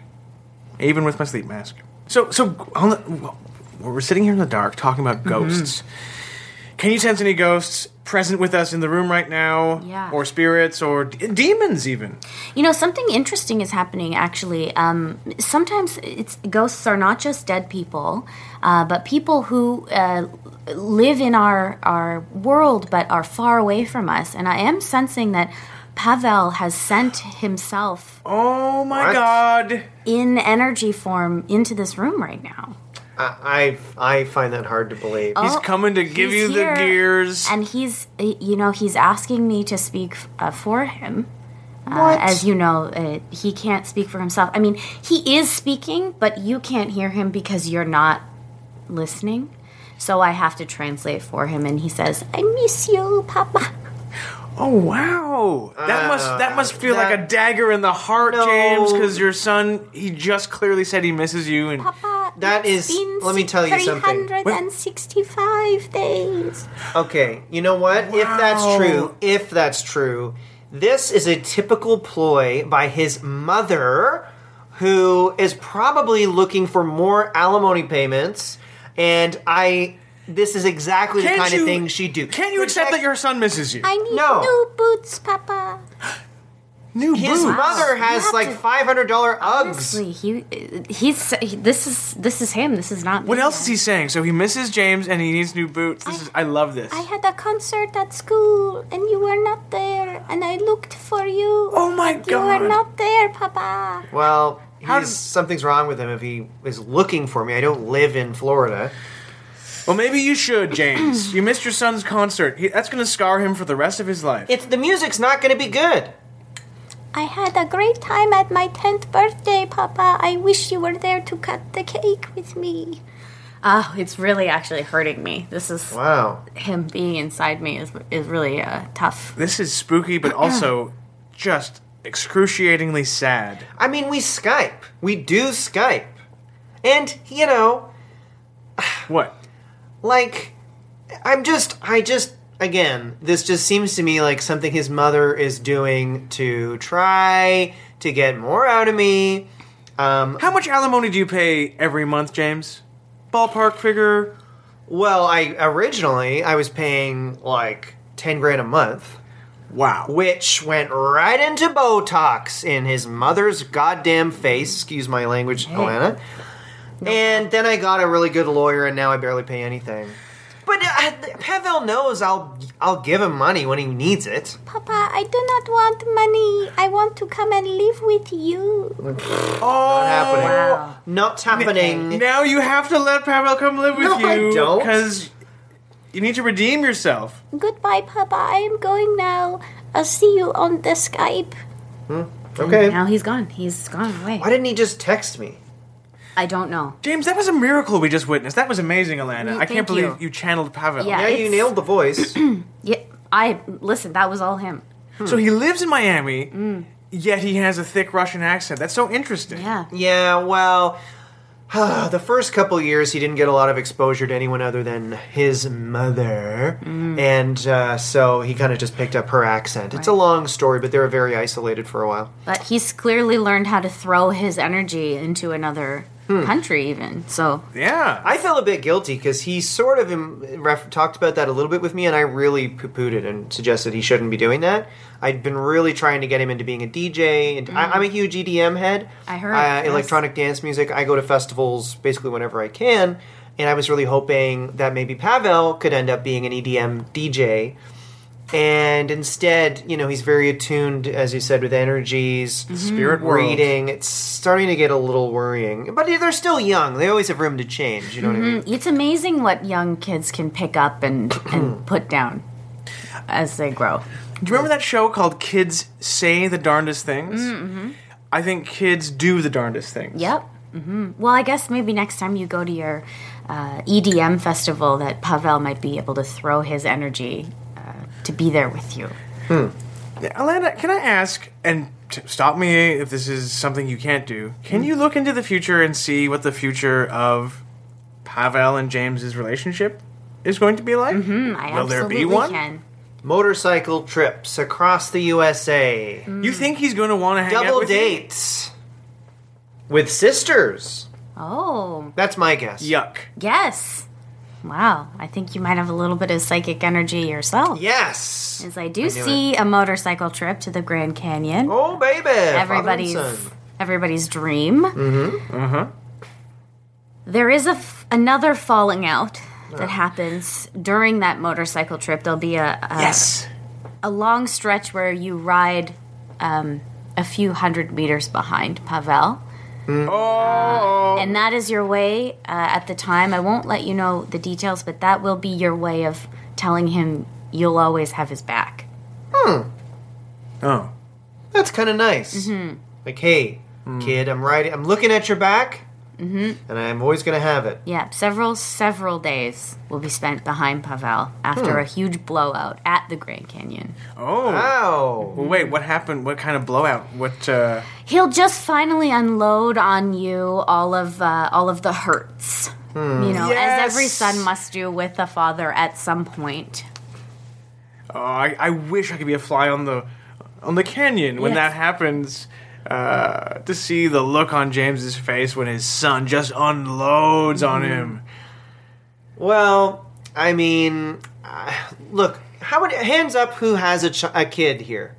Even with my sleep mask. So, so on the, we're sitting here in the dark talking
Mm-hmm.
about ghosts. Can you sense any ghosts present with us in the room right now?
Yeah.
Or spirits or d- demons, even?
You know, something interesting is happening actually. Um, sometimes it's ghosts are not just dead people, uh, but people who uh, live in our our world but are far away from us. And I am sensing that Pavel has sent himself
Oh my
What?
god.
in energy form into this room right now.
I I, I find that hard to believe.
He's
Oh,
coming to give
he's
you
here.
the gears.
And he's, uh, you know, he's asking me to speak uh, for him. Uh, as you know, uh, he can't speak for himself. I mean, he is speaking, but you can't hear him because you're not listening. So I have to translate for him, and he says, "I miss you, Papa."
oh wow. That must that must feel like a
Uh, that-
dagger in the heart,
No.
James, cuz your son he just clearly said he misses you and
Papa.
That
Uh, it's
is-
been
let me tell you something.
365 days.
Okay, you know what? If that's
Wow.
true, if that's true, this is a typical ploy by his mother, who is probably looking for more alimony payments. And I, this is exactly the
Can't
kind
you-
of thing she do.
Can you accept that your son misses you?
I need
No.
new boots, Papa.
New
His
boots.
mother
You
has
have
like
to-
five hundred dollar Uggs.
Honestly, he he's he, this is this is him. This is not.
What else is he saying? So he misses James and he needs new boots. This is I love this.
I had a concert at school and you were not there, and I looked for you.
Oh my
You
God.
were not there, Papa.
Well,
How
he's-
did-
something's wrong with him if he is looking for me. I don't live in Florida.
well, maybe you should, James. you missed your son's concert. He, that's going to scar him for the rest of his life.
It's the music's not going to be good.
I had a great time at my tenth birthday, Papa. I wish you were there to cut the cake with me. Oh, it's really actually hurting me. This is
Wow.
him being inside me is is really uh, tough.
this is spooky, but also just excruciatingly sad.
I mean, we Skype. We do Skype. And, you know,
What?
like, I'm just, I just, again, this just seems to me like something his mother is doing to try to get more out of me. Um,
How much alimony do you pay every month, James? Ballpark figure.
well, I originally, I was paying like 10 grand a month.
Wow.
which went right into Botox in his mother's goddamn face. Excuse my language, Alana. And then I got a really good lawyer, and now I barely pay anything. But uh, Pavel knows I'll I'll give him money when he needs it.
Papa, I do not want money. I want to come and live with you.
Oh,
Not happening.
Wow.
Not happening.
now you have to let Pavel come live with
No, I
you.
don't.
Because you need to redeem yourself.
Goodbye, Papa. I am going now. I'll see you on the Skype.
Okay.
Now he's gone. He's gone away.
Why didn't he just text me?
I don't know.
James, that was a miracle we just witnessed. That was amazing, Alana.
Mm,
I can't
thank
believe you.
you.
channeled Pavel.
Yeah.
Oh, Yeah, you
It's-
nailed the voice.
Yeah, I listen. That was all him.
So he lives in Miami, yet he has a thick Russian accent. That's so interesting.
Mm. Yeah.
yeah, well, the first couple years he didn't get a lot of exposure to anyone other than his mother, and uh, so he kind of just picked up her accent. It's a
Mm. Right.
long story, but they were very isolated for a while.
But he's clearly learned how to throw his energy into another
Hmm.
country, even. So
Yeah.
I felt a bit guilty because he sort of um, ref- talked about that a little bit with me, and I really poo pooed it and suggested he shouldn't be doing that. I'd been really trying to get him into being a DJ, and I, I'm a huge EDM head.
Mm. I heard,
uh,
yes.
electronic dance music. I go to festivals basically whenever I can, and I was really hoping that maybe Pavel could end up being an E EDM DJ. And instead, you know, he's very attuned, as you said, with energies,
Spirit world.
reading. It's starting to get a little worrying. But they're still young. They always have room to change. You know
Mm-hmm.
what I mean?
It's amazing what young kids can pick up and, and put down as they grow.
Do you remember that show called Kids Say the Darndest Things?
Mm,
Mm-hmm. I think kids do the darndest things.
Yep. hmm Well, I guess maybe next time you go to your uh, EDM festival, that Pavel might be able to throw his energy uh, to be there with you.
Alana, can I ask, and t- stop me if this is something you can't do,
Mm.
can you look into the future and see what the future of Pavel and James's relationship is going to be like? Mm-hmm.
I
Will there be
absolutely
one?
Can.
Motorcycle trips across the USA.
You think he's going to want to hang out
Double
with you?
dates. With sisters.
Oh,
That's my guess.
Yuck.
yes. Wow. I think you might have a little bit of psychic energy yourself.
Yes.
As I do
knew
see a motorcycle trip to the Grand Canyon.
Oh, baby. father and
everybody's
son.
everybody's dream. Mm-hmm. Uh-huh. is a f- another falling out that happens during that motorcycle trip. There'll be a a,
Yes.
a long stretch where you ride um, a few hundred meters behind Pavel. Uh,
Oh.
And that is your way uh, at the time. I won't let you know the details, but that will be your way of telling him you'll always have his back.
Oh.
That's kind of nice. Like, hey, kid, I'm riding. I'm looking at your back, and I'm always gonna have it.
Yeah, several, several days will be spent behind Pavel
Hmm.
after a huge blowout at the Grand Canyon.
Oh.
Wow.
Well, wait, what happened? What kind of blowout? What, uh.
He'll just finally unload on you all of uh, all of the hurts,
Hmm.
you know, as every
Yes.
son must do with a father at some point.
Oh, I, I wish I could be a fly on the on the canyon when
Yes.
that happens. Uh, to see the look on James's face when his son just unloads on
Mm-hmm.
him.
Well, I mean, uh, look. How would hands up? Who has a, ch- a kid here?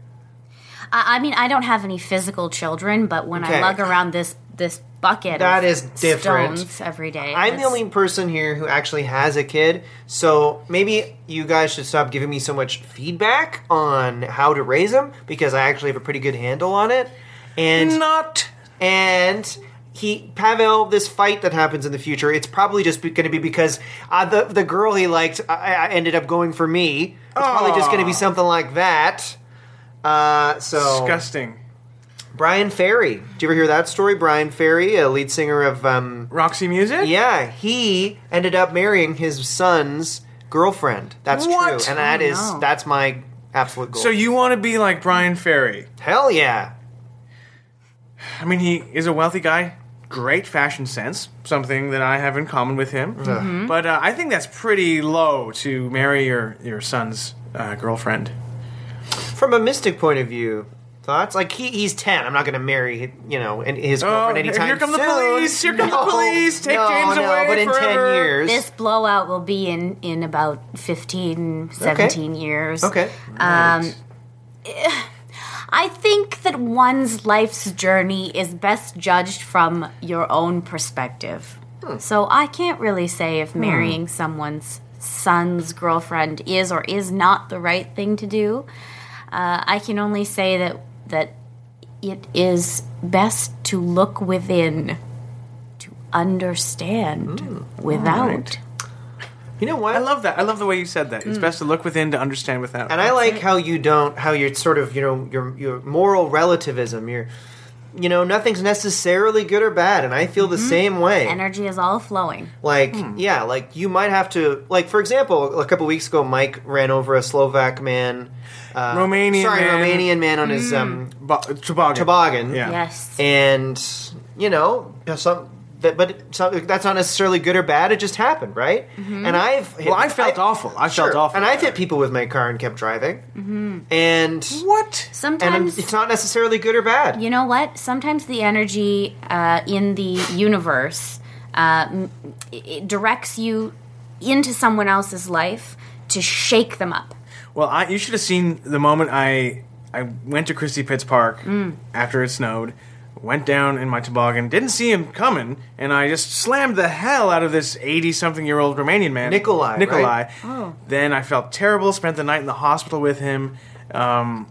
I, I mean, I don't have any physical children, but when
Okay.
I lug around this this bucket,
That
of
is different.
stones every day.
I'm the
it's-
only person here who actually has a kid, so maybe you guys should stop giving me so much feedback on how to raise him because I actually have a pretty good handle on it. And
Not
and he Pavel, this fight that happens in the future, it's probably just going to be because uh, the the girl he liked uh, uh, ended up going for me. It's probably just going to be
Aw.
something like that. Uh, so
disgusting.
Brian Ferry, do you ever hear that story? Brian Ferry, a lead singer of um,
Roxy Music?
yeah, he ended up marrying his son's girlfriend. That's
What?
true, and that
Oh,
is
no.
that's my absolute goal.
So you want to be like Brian Ferry?
hell yeah,
I mean, he is a wealthy guy, great fashion sense, something that I have in common with him.
Mm-hmm.
But uh, I think that's pretty low to marry your your son's uh, girlfriend.
from a mystic point of view. Thoughts? Like he, he's ten. I'm not going to marry, you know, and his girlfriend
Oh, here-
anytime
here come the
soon.
police, here come the police, take James away
But in
forever.
ten years,
This blowout will be in in about 15, 17 years.
okay.
Um,
I think that one's life's journey is best judged from your own perspective.
Hmm.
So I can't really say if marrying someone's son's girlfriend is or is not the right thing to do. Uh, I can only say that that it is best to look within to understand
Hmm.
without.
You know what?
I love that. I love the way you said that. It's best to look within to understand without.
and I like how you don't, how you're sort of, you know, your your moral relativism. You're, you know, nothing's necessarily good or bad, and I feel
Mm-hmm.
the same way.
Energy is all flowing.
Like,
Hmm.
yeah, like you might have to, like, for example, a couple weeks ago, Mike ran over a Slovak man, uh,
Romanian
sorry,
man.
Romanian man on his um,
Bo- toboggan.
toboggan.
Yeah.
Yes.
And, you know, some. That, but some, that's not necessarily good or bad. It just happened, right? And I've hit,
Mm-hmm. Well, I felt awful. I
sure,
felt awful. Mm-hmm.
and I've hit people with my car and kept driving. And
What?
and I'm-
Sometimes
it's not necessarily good or bad.
You know what? Sometimes the energy uh, in the universe uh, m- it it directs you into someone else's life to shake them up.
Well, I, you should have seen the moment I I went to Christie Pitts Park after it snowed. went down in my toboggan, didn't see him coming, and I just slammed the hell out of this 80 something year old Romanian man.
Nikolai, right?
Nikolai.
Oh.
Then I felt terrible, spent the night in the hospital with him. Um,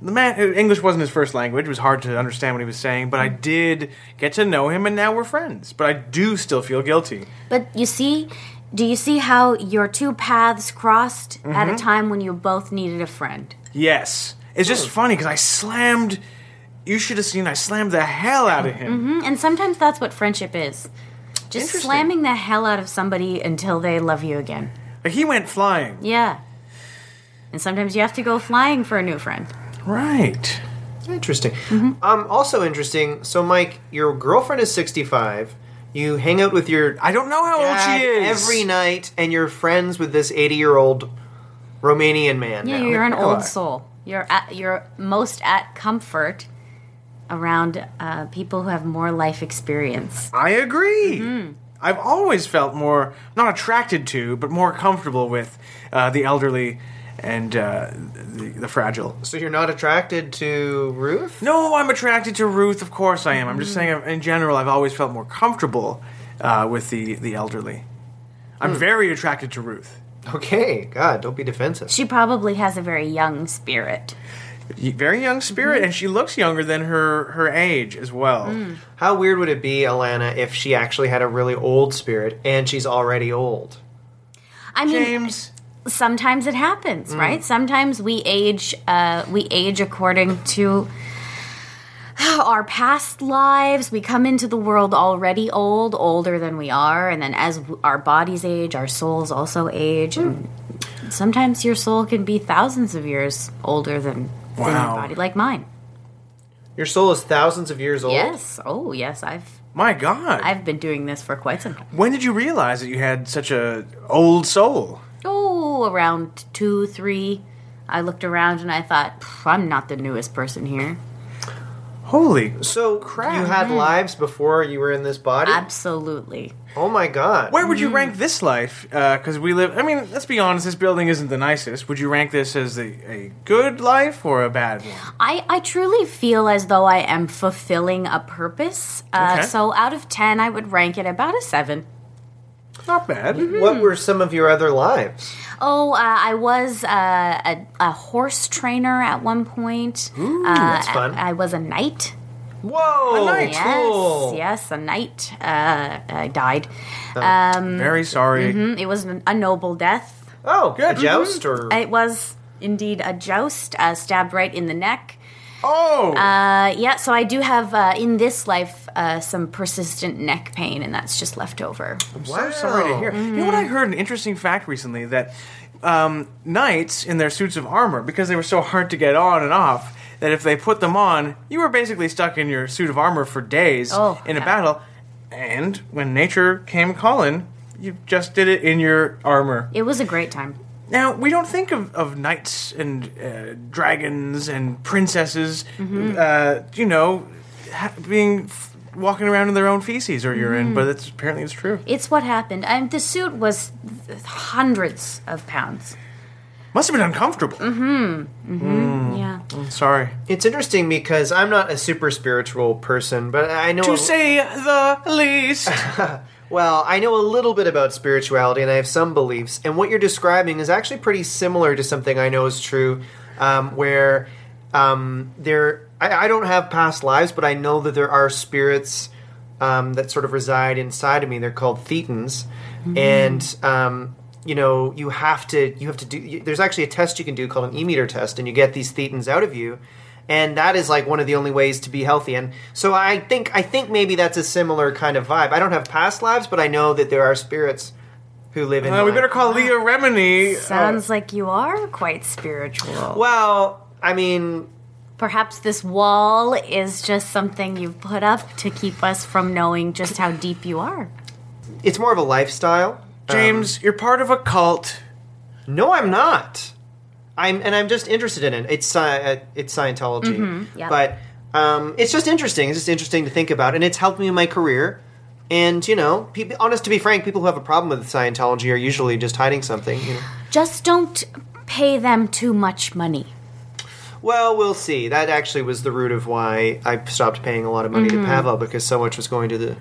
the man, English wasn't his first language, it was hard to understand what he was saying, but I did get to know him, and now we're friends. But I do still feel guilty.
But you see, do you see how your two paths crossed at a time when you both needed a friend?
Yes. It's just funny because I slammed. You should have seen I slammed the hell out of him.
Mm, And sometimes that's what friendship is. Just
Interesting.
slamming the hell out of somebody until they love you again.
Like he went flying.
Yeah. And sometimes you have to go flying for a new friend.
Right.
Interesting.
Mm-hmm.
Um, also interesting. So, Mike, your girlfriend is sixty-five. You hang out with your
I don't know how old
dad
Oh, she is.
every night, and you're friends with this eighty-year-old Romanian man.
Yeah,
now.
you're an
Nikolai.
old soul. You're at, you're most at comfort around uh, people who have more life experience.
I agree. I've always felt more not attracted to, but more comfortable with uh, the elderly and uh, the, the fragile.
So you're not attracted to Ruth.
No, I'm attracted to Ruth. Of course, I am. I'm just saying. uh, In general, I've always felt more comfortable uh, with the the elderly. I'm very attracted to Ruth.
Okay, God, don't be defensive.
She probably has a very young spirit.
Y- Very young spirit, and she looks younger than her her age as well.
How weird would it be, Alana, if she actually had a really old spirit and she's already old?
I mean,
James,
sometimes it happens,
Mm.
right? Sometimes we age, uh, we age according to our past lives. We come into the world already old, older than we are, and then as w- our bodies age, our souls also age.
Hmm.
And sometimes your soul can be thousands of years older than, than your
Wow.
body, like mine.
Your soul is thousands of years old.
Yes. Oh, yes. I've
my God,
I've been doing this for quite some time.
when did you realize that you had such a old soul?
oh, around two, three, I looked around and I thought, "Pff, I'm not the newest person here.
Holy
So you had lives before you were in this body.
Absolutely.
oh my God.
Where would you rank this life? Because we live. I mean, let's be honest. This building isn't the nicest. Would you rank this as a, a good life or a bad one?
I, I truly feel as though I am fulfilling a purpose. Uh,
Okay.
So out of 10, I would rank it about a 7.
Not bad.
What were some of your other lives?
Oh, uh, I was uh, a, a horse trainer at one point. Ooh,
that's fun.
I, I was a knight.
Whoa!
A knight.
Yes, yes, a knight. Uh, I died.
Very sorry.
Mm, It was an, a noble death.
Oh, good. A joust or
It was indeed a joust, uh, stabbed right in the neck.
Oh,
Uh, yeah, so I do have uh, in this life uh, some persistent neck pain, and that's just left over.
I'm so sorry to hear. You know what? I heard an interesting fact recently that um, knights in their suits of armor, because they were so hard to get on and off, that if they put them on, you were basically stuck in your suit of armor for days
Oh,
in a
yeah.
battle. And when nature came calling, you just did it in your armor.
It was a great time.
Now, we don't think of, of knights and uh, dragons and princesses,
Mm-hmm.
uh, you know, ha- being f- walking around in their own feces or urine,
Mm-hmm.
but it's, apparently it's true.
It's what happened. Um, the suit was hundreds of pounds.
Must have been uncomfortable.
Mm.
Yeah.
I'm sorry.
It's interesting because I'm not a super spiritual person, but I know
To say the least.
well, I know a little bit about spirituality and I have some beliefs. And what you're describing is actually pretty similar to something I know is true, um, where um, there I, I don't have past lives, but I know that there are spirits um, that sort of reside inside of me. They're called thetans,
Mm-hmm.
and um, you know you have to you have to do. You, there's actually a test you can do called an emeter test, and you get these thetans out of you, and that is like one of the only ways to be healthy. And so I think I think maybe that's a similar kind of vibe. I don't have past lives, but I know that there are spirits who live in.
Uh, we
mine.
better call Leah Remini.
Sounds like you are quite spiritual.
Well, I mean,
Perhaps this wall is just something you've put up to keep us from knowing just how deep you are.
it's more of a lifestyle.
Uh, James, you're part of a cult.
No, I'm not. I'm and I'm just interested in it. It's sci- uh, it's Scientology,
yeah.
but um, it's just interesting. It's just interesting to think about, and it's helped me in my career. And you know, people, honest to be frank, people who have a problem with Scientology are usually just hiding something. You know?
Just don't pay them too much money.
Well, we'll see. That actually was the root of why I stopped paying a lot of money to Pavel because so much was going to the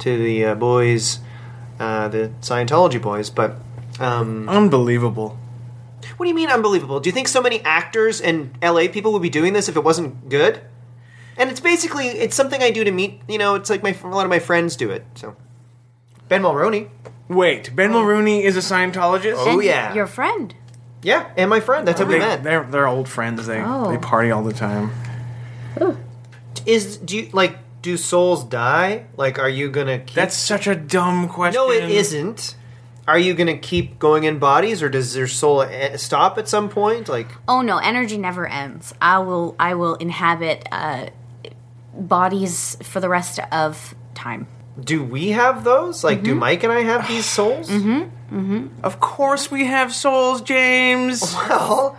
to the uh, boys, uh, the Scientology boys. But um,
Unbelievable.
what do you mean unbelievable? Do you think so many actors and LA people would be doing this if it wasn't good? And it's basically it's something I do to meet. You know, it's like my a lot of my friends do it. So Ben Mulroney,
Wait, Ben Mulrooney is a Scientologist?
Oh, yeah.
Your friend.
yeah, and my friend. That's how we
They,
met.
they're, they're old friends. They,
Oh.
they party all the time.
Is do you like do souls die? Like, are you gonna? Keep
That's such a dumb question.
No, it isn't. Are you going to keep going in bodies, or does their soul e- stop at some point? Like,
Oh no, energy never ends. I will I will inhabit uh, bodies for the rest of time.
do we have those? Like, do Mike and I have these souls?
Of course we have souls, James.
Well,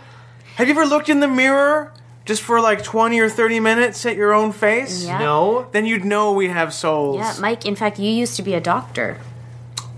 Have you ever looked in the mirror just for like 20 or 30 minutes at your own face?
Yeah.
no.
Then you'd know we have souls.
Yeah, Mike, in fact, you used to be a doctor.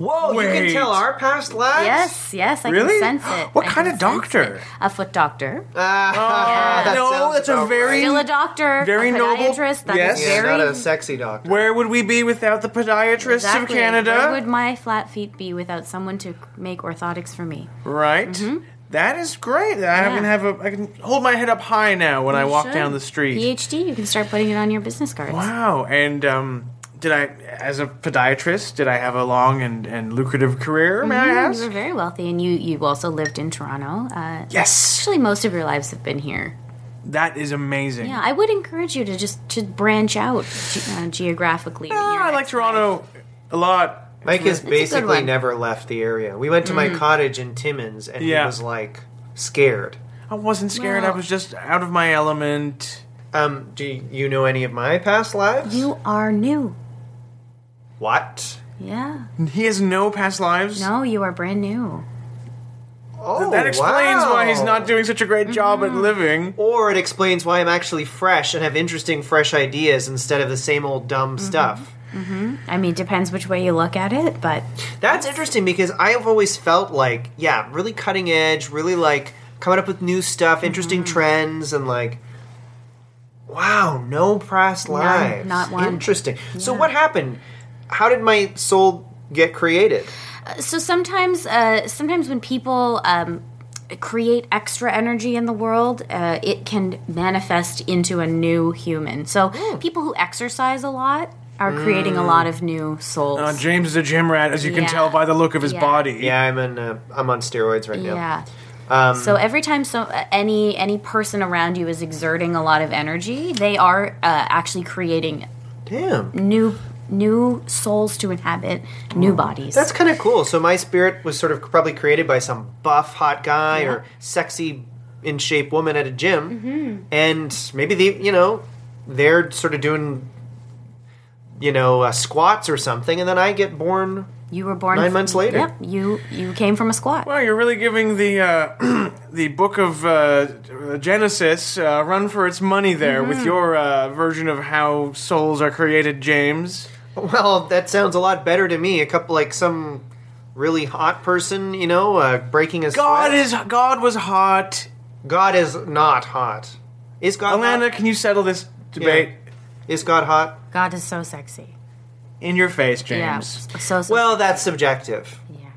Whoa, you
Wait.
can tell our past lives.
Yes, yes, I
Really?
can sense it.
What
I
kind
can
of
sense
doctor?
it. A foot doctor.
Ah, that
no,
sounds
that's a
about
very.
Still a doctor.
very
a
noble-
podiatrist. That is
Yes.
right. Yeah,
very
not a sexy doctor.
Where would we be without the podiatrists
Exactly.
of Canada?
Where would my flat feet be without someone to make orthotics for me?
Right. That is great. I
Mm-hmm. Yeah.
can have a. I can hold my head up high now when I walk
Should.
down the street.
PhD, you can start putting it on your business cards. Mm,
Wow. And um, did I, as a podiatrist, did I have a long and, and lucrative career? May I
Mm, You were
ask?
very wealthy, and you, you also lived in Toronto. Uh,
Yes.
actually, most of your lives have been here.
That is amazing.
Yeah, I would encourage you to just to branch out ge- uh, geographically. in your
Ah, I like
next
Toronto a lot.
Mike has
It's a good
basically
one. Mm.
never left the area. We went to my cottage in Timmins, and
Yeah.
he was like scared.
I wasn't scared. I
Well-
was just out of my element.
Um, do you know any of my past lives?
You are new.
what?
Yeah.
He has no past lives.
No, you are brand new.
Oh,
That explains why he's
wow.
not doing such a great job
Mm-hmm.
at living.
Or it explains why I'm actually fresh and have interesting, fresh ideas instead of the same old dumb
Mm-hmm.
stuff.
I mean, depends which way you look at it, but
That's interesting because I've always felt like, yeah, really cutting edge, really like coming up with new stuff, interesting
Mm-hmm.
trends, and like, wow, no past lives.
not one.
Interesting. So, what happened? How did my soul get created?
so sometimes uh, sometimes when people um, create extra energy in the world uh, it can manifest into a new human so people who exercise a lot are creating a lot of new souls
Uh, James is a gym rat, as you can
Yeah.
tell by the look of his
Yeah.
body.
Yeah, I'm in. Uh, I'm on steroids right now.
yeah
Um,
so every time so uh, any any person around you is exerting a lot of energy they are uh, actually creating
Damn.
new new souls to inhabit new bodies
That's kind of cool. So my spirit was sort of probably created by some buff hot guy
Yeah.
or sexy in shape woman at a gym, and maybe they, you know, they're sort of doing, you know, uh, squats or something, and then I get born.
you were born
Nine
from-
months later.
yep you you came from a squat
Well, you're really giving the uh, the book of uh, Genesis uh, run for its money there
Mm-hmm.
with your uh, version of how souls are created, James.
Well, that sounds a lot better to me. A couple like some really hot person, you know, uh, breaking his
God is God was hot.
God is not hot. Is God
Alana,
hot?
can you settle this debate
Is God hot?
god is so sexy
in your face, James?
yeah so, so
Well, that's subjective.
Yeah.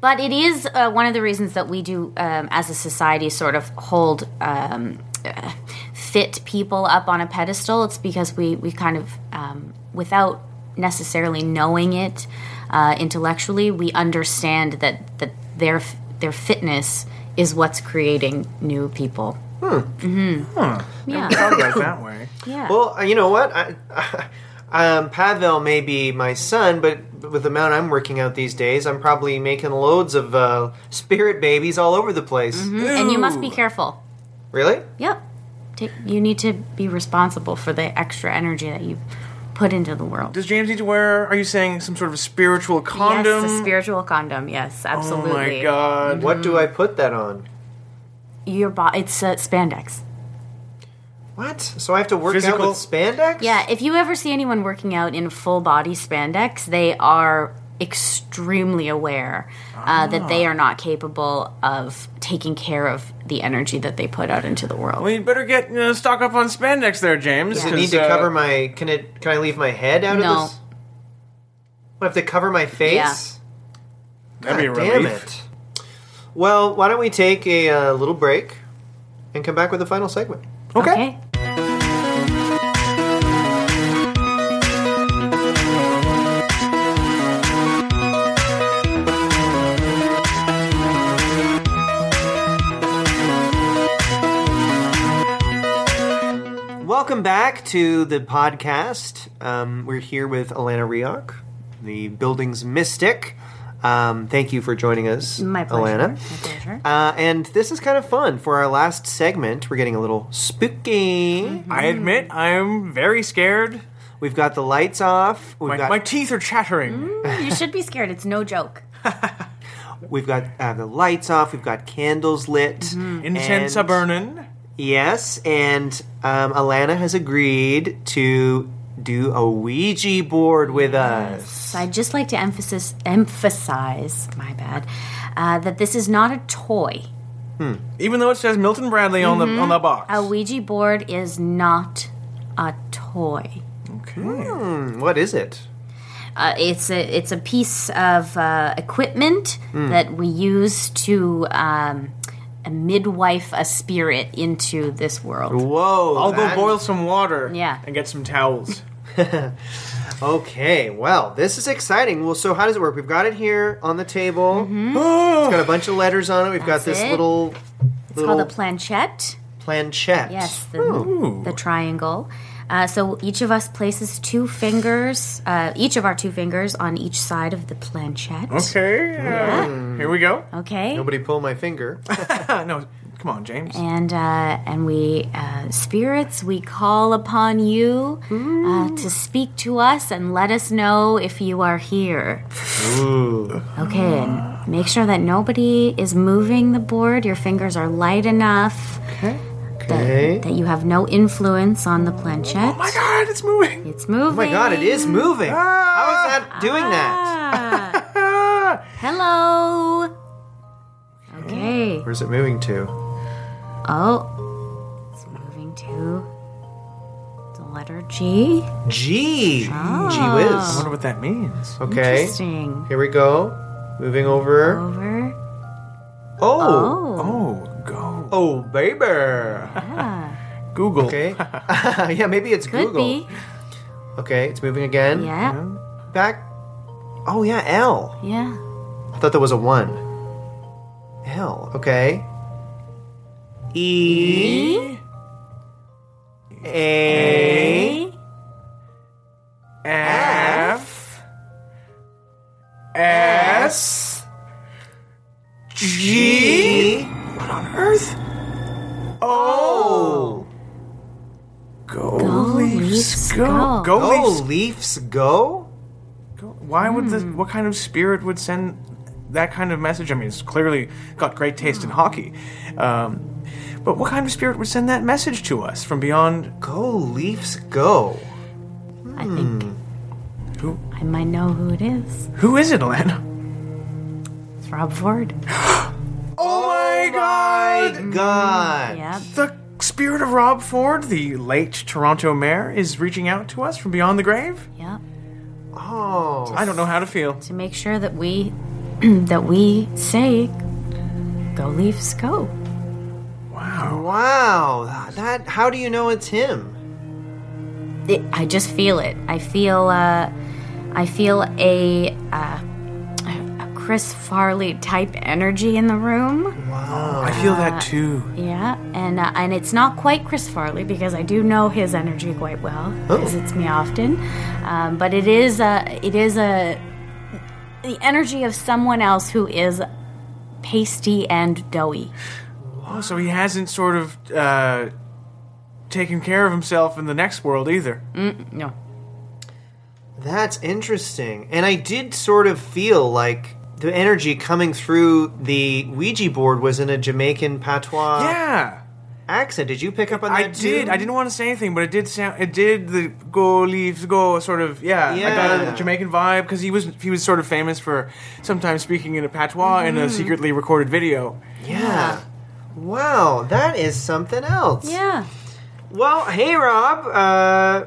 But it is uh, one of the reasons that we do, um, as a society, sort of hold um, uh, fit people up on a pedestal. It's because we, we kind of, um, without necessarily knowing it uh, intellectually, we understand that, that their, their fitness is what's creating new people. Hmm. Mm-hmm. Yeah.
Talk about it that way.
yeah.
Well, uh, you know what? I, um, Pavel may be my son, but with the amount I'm working out these days, I'm probably making loads of uh, spirit babies all over the place.
Mm-hmm.
and you must be
Ooh.
careful.
Really?
Yep. Take, you need to be responsible for the extra energy that you put into the world.
Does James need to wear? Are you saying some sort of spiritual condom?
Yes, a spiritual condom. Yes,
oh
absolutely. Mm-hmm.
my God!
What do I put that on?
Your bo- it's uh, spandex.
What? So I have to work out
Physical-
with spandex?
Yeah, if you ever see anyone working out in full body spandex, they are extremely aware uh, that they are not capable of taking care of the energy that they put out into the world.
Well, you better get uh, stock up on spandex there, James.
Does it
'cause,
need to
uh,
cover my? Can it? Can I leave my head out
No.
of this? What, I have to cover my face?
That'd be a
God
relief.
damn it! Well, why don't we take a uh, little break and come back with the final segment?
Okay.
okay.
Welcome back to the podcast. Um, we're here with Alana Rioch, the building's mystic. Um, thank you for joining us,
My pleasure.
Alana.
My pleasure.
Uh, and this is kind of fun. For our last segment, we're getting a little spooky.
Mm-hmm.
I admit I'm very scared.
We've got the lights off. We've
My,
got
my teeth are chattering.
you should be scared. It's no joke.
we've got uh, the lights off. We've got candles lit.
Mm-hmm.
Mm. Incense a
And-
burning.
Yes, and um, Alana has agreed to do a Ouija board with us.
So I'd just like to emphasis emphasize, my bad, uh, that this is not a toy.
Even though it says Milton Bradley on the on the box.
A Ouija board is not a toy.
okay.
Hmm, What is it?
Uh, it's a it's a piece of uh, equipment
Hmm.
that we use to um, midwife a spirit into this world.
Whoa!
I'll go
that-
boil some water.
Yeah.
And get some towels.
Okay, well, this is exciting. Well, so how does it work? We've got it here on the table. It's got a bunch of letters on it. We've
Mm-hmm.
got
That's
this
it.
little
It's
little
called a planchette.
planchette.
Yes, the,
Ooh.
the triangle. Uh, so each of us places two fingers, uh, each of our two fingers on each side of the planchette.
Okay.
Mm.
uh, Here we go.
Okay.
Nobody pull my finger. Oh
Uh, no, come on, James.
and uh, and we uh, spirits we call upon you uh, to speak to us and let us know if you are here okay and make sure that nobody is moving the board your fingers are light enough
Okay.
that you have no influence on the planchette
Oh my God, it's moving.
it's moving
Oh my god, it is moving. How is that doing that?
Ah,
Ah.
hello okay
Where's it moving to?
oh it's moving to the letter g
Mm,
Oh,
G.
Ah.
I
Gee whiz.
wonder what that means.
Okay.
Interesting.
Here we go. Moving over.
Over.
Oh.
Oh.
Oh, go.
Oh, baby.
Yeah.
Google.
Okay. yeah, maybe it's
Could
Google.
be.
Okay, it's moving again.
Yeah.
Back. Oh yeah, L.
Yeah.
I thought there was a one. L. Okay. E. A.
A.
F S
G.
What on earth?
O.
Go,
Leafs, go.
Go,
Oh,
Leafs.
Leafs go?
Go. Why would this? What kind of spirit would send that kind of message? I mean, it's clearly got great taste in hockey. Um, but what kind of spirit would send that message to us from beyond?
Go, Oh, Leafs go.
I
Hmm.
think
Who?
I might know who it is.
Who is it, Alana?
It's Rob Ford.
Oh my God!
God.
Yep.
The spirit of Rob Ford, the late Toronto mayor, is reaching out to us from beyond the grave.
Yep.
Oh.
I don't know how to feel.
To make sure that we that we say go Leafs go.
Wow.
Wow. That how do you know it's him?
It, I just feel it. I feel uh I feel a uh a Chris Farley type energy in the room.
I feel that too.
Yeah, and uh, and it's not quite Chris Farley because I do know his energy quite well
Oh.
visits me often, um, but it is a it is a the energy of someone else who is pasty and doughy.
Oh, so he hasn't sort of uh, taken care of himself in the next world either.
No,
That's interesting. And I did sort of feel like the energy coming through the Ouija board was in a Jamaican patois
Yeah.
accent. Did you pick up on that?
I did.
too?
I didn't want to say anything, but it did sound. It did the go leaves go sort of. Yeah, I got
Yeah.
a Jamaican vibe because he was he was sort of famous for sometimes speaking in a patois in a secretly recorded video.
Yeah. Wow, that is something else.
Yeah.
Well, hey Rob, uh,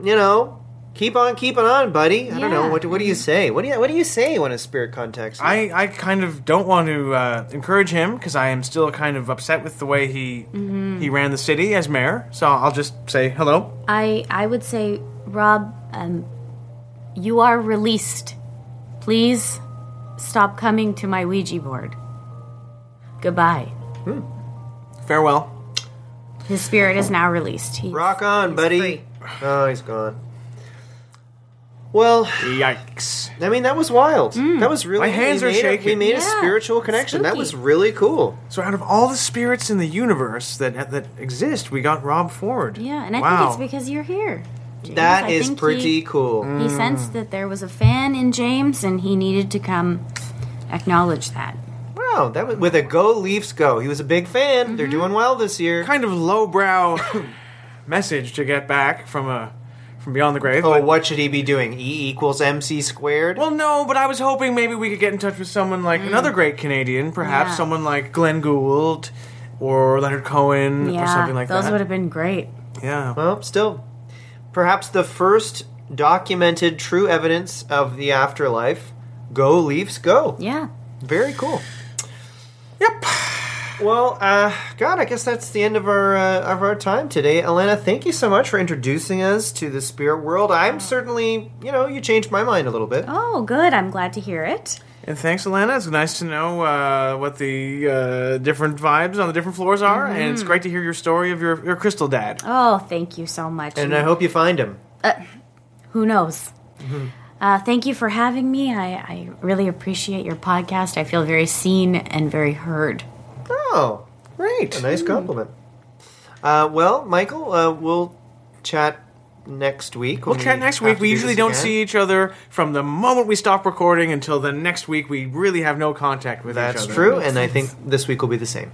you know, keep on keeping on, buddy. I don't know
Yeah.
what do, what do you say? What do you what do you say when a spirit contacts you?
I, I kind of don't want to uh, encourage him because I am still kind of upset with the way he
Mm-hmm.
he ran the city as mayor. So I'll just say hello.
I I would say, Rob, um, you are released. Please stop coming to my Ouija board. Goodbye.
Farewell.
His spirit is now released. He,
Rock on, buddy. Oh, he's gone. Well,
Yikes.
I mean that was wild. That was really
My hands
we
are
made a- we
shaking.
made a
Hmm. Yeah.
spiritual connection. That
Spooky.
was really cool.
So out of all the spirits in the universe that that exist, we got Rob Ford.
yeah, and I
wow.
think it's because you're here. James.
That
I
is
think
pretty
He,
cool.
Mm.
he sensed that there was a fan in James, and he needed to come acknowledge that.
Wow, that was with a go Leafs go. He was a big fan. They're
Mm-hmm.
doing well this year.
kind of lowbrow message to get back from a from beyond the grave.
Oh,
but-
what should he be doing? E equals MC squared.
well, no, but I was hoping maybe we could get in touch with someone like another great Canadian, perhaps
Mm. Yeah.
someone like Glenn Gould or Leonard Cohen or
Yeah,
something like
those
that.
would have been great.
yeah.
Well, still, perhaps the first documented true evidence of the afterlife. Go Leafs, go!
Yeah.
Very cool.
Yep.
Well, uh, God, I guess that's the end of our uh, of our time today. Elena, thank you so much for introducing us to the spirit world. I'm certainly, you know, you changed my mind a little bit.
Oh, good. I'm glad to hear it.
And thanks, Alana. It's nice to know uh, what the uh, different vibes on the different floors are, and it's great to hear your story of your, your crystal dad.
Oh, thank you so much.
And I hope you find him.
who knows? Uh, thank you for having me. I, I really appreciate your podcast. I feel very seen and very heard.
Oh,
Great. Hmm.
a nice compliment. Uh, well, Michael, uh, we'll chat next week.
We'll chat next week. We usually don't see each other from the moment we stop recording until the next week. We really have no contact with
That's
each other.
true, and I think this week will be the same.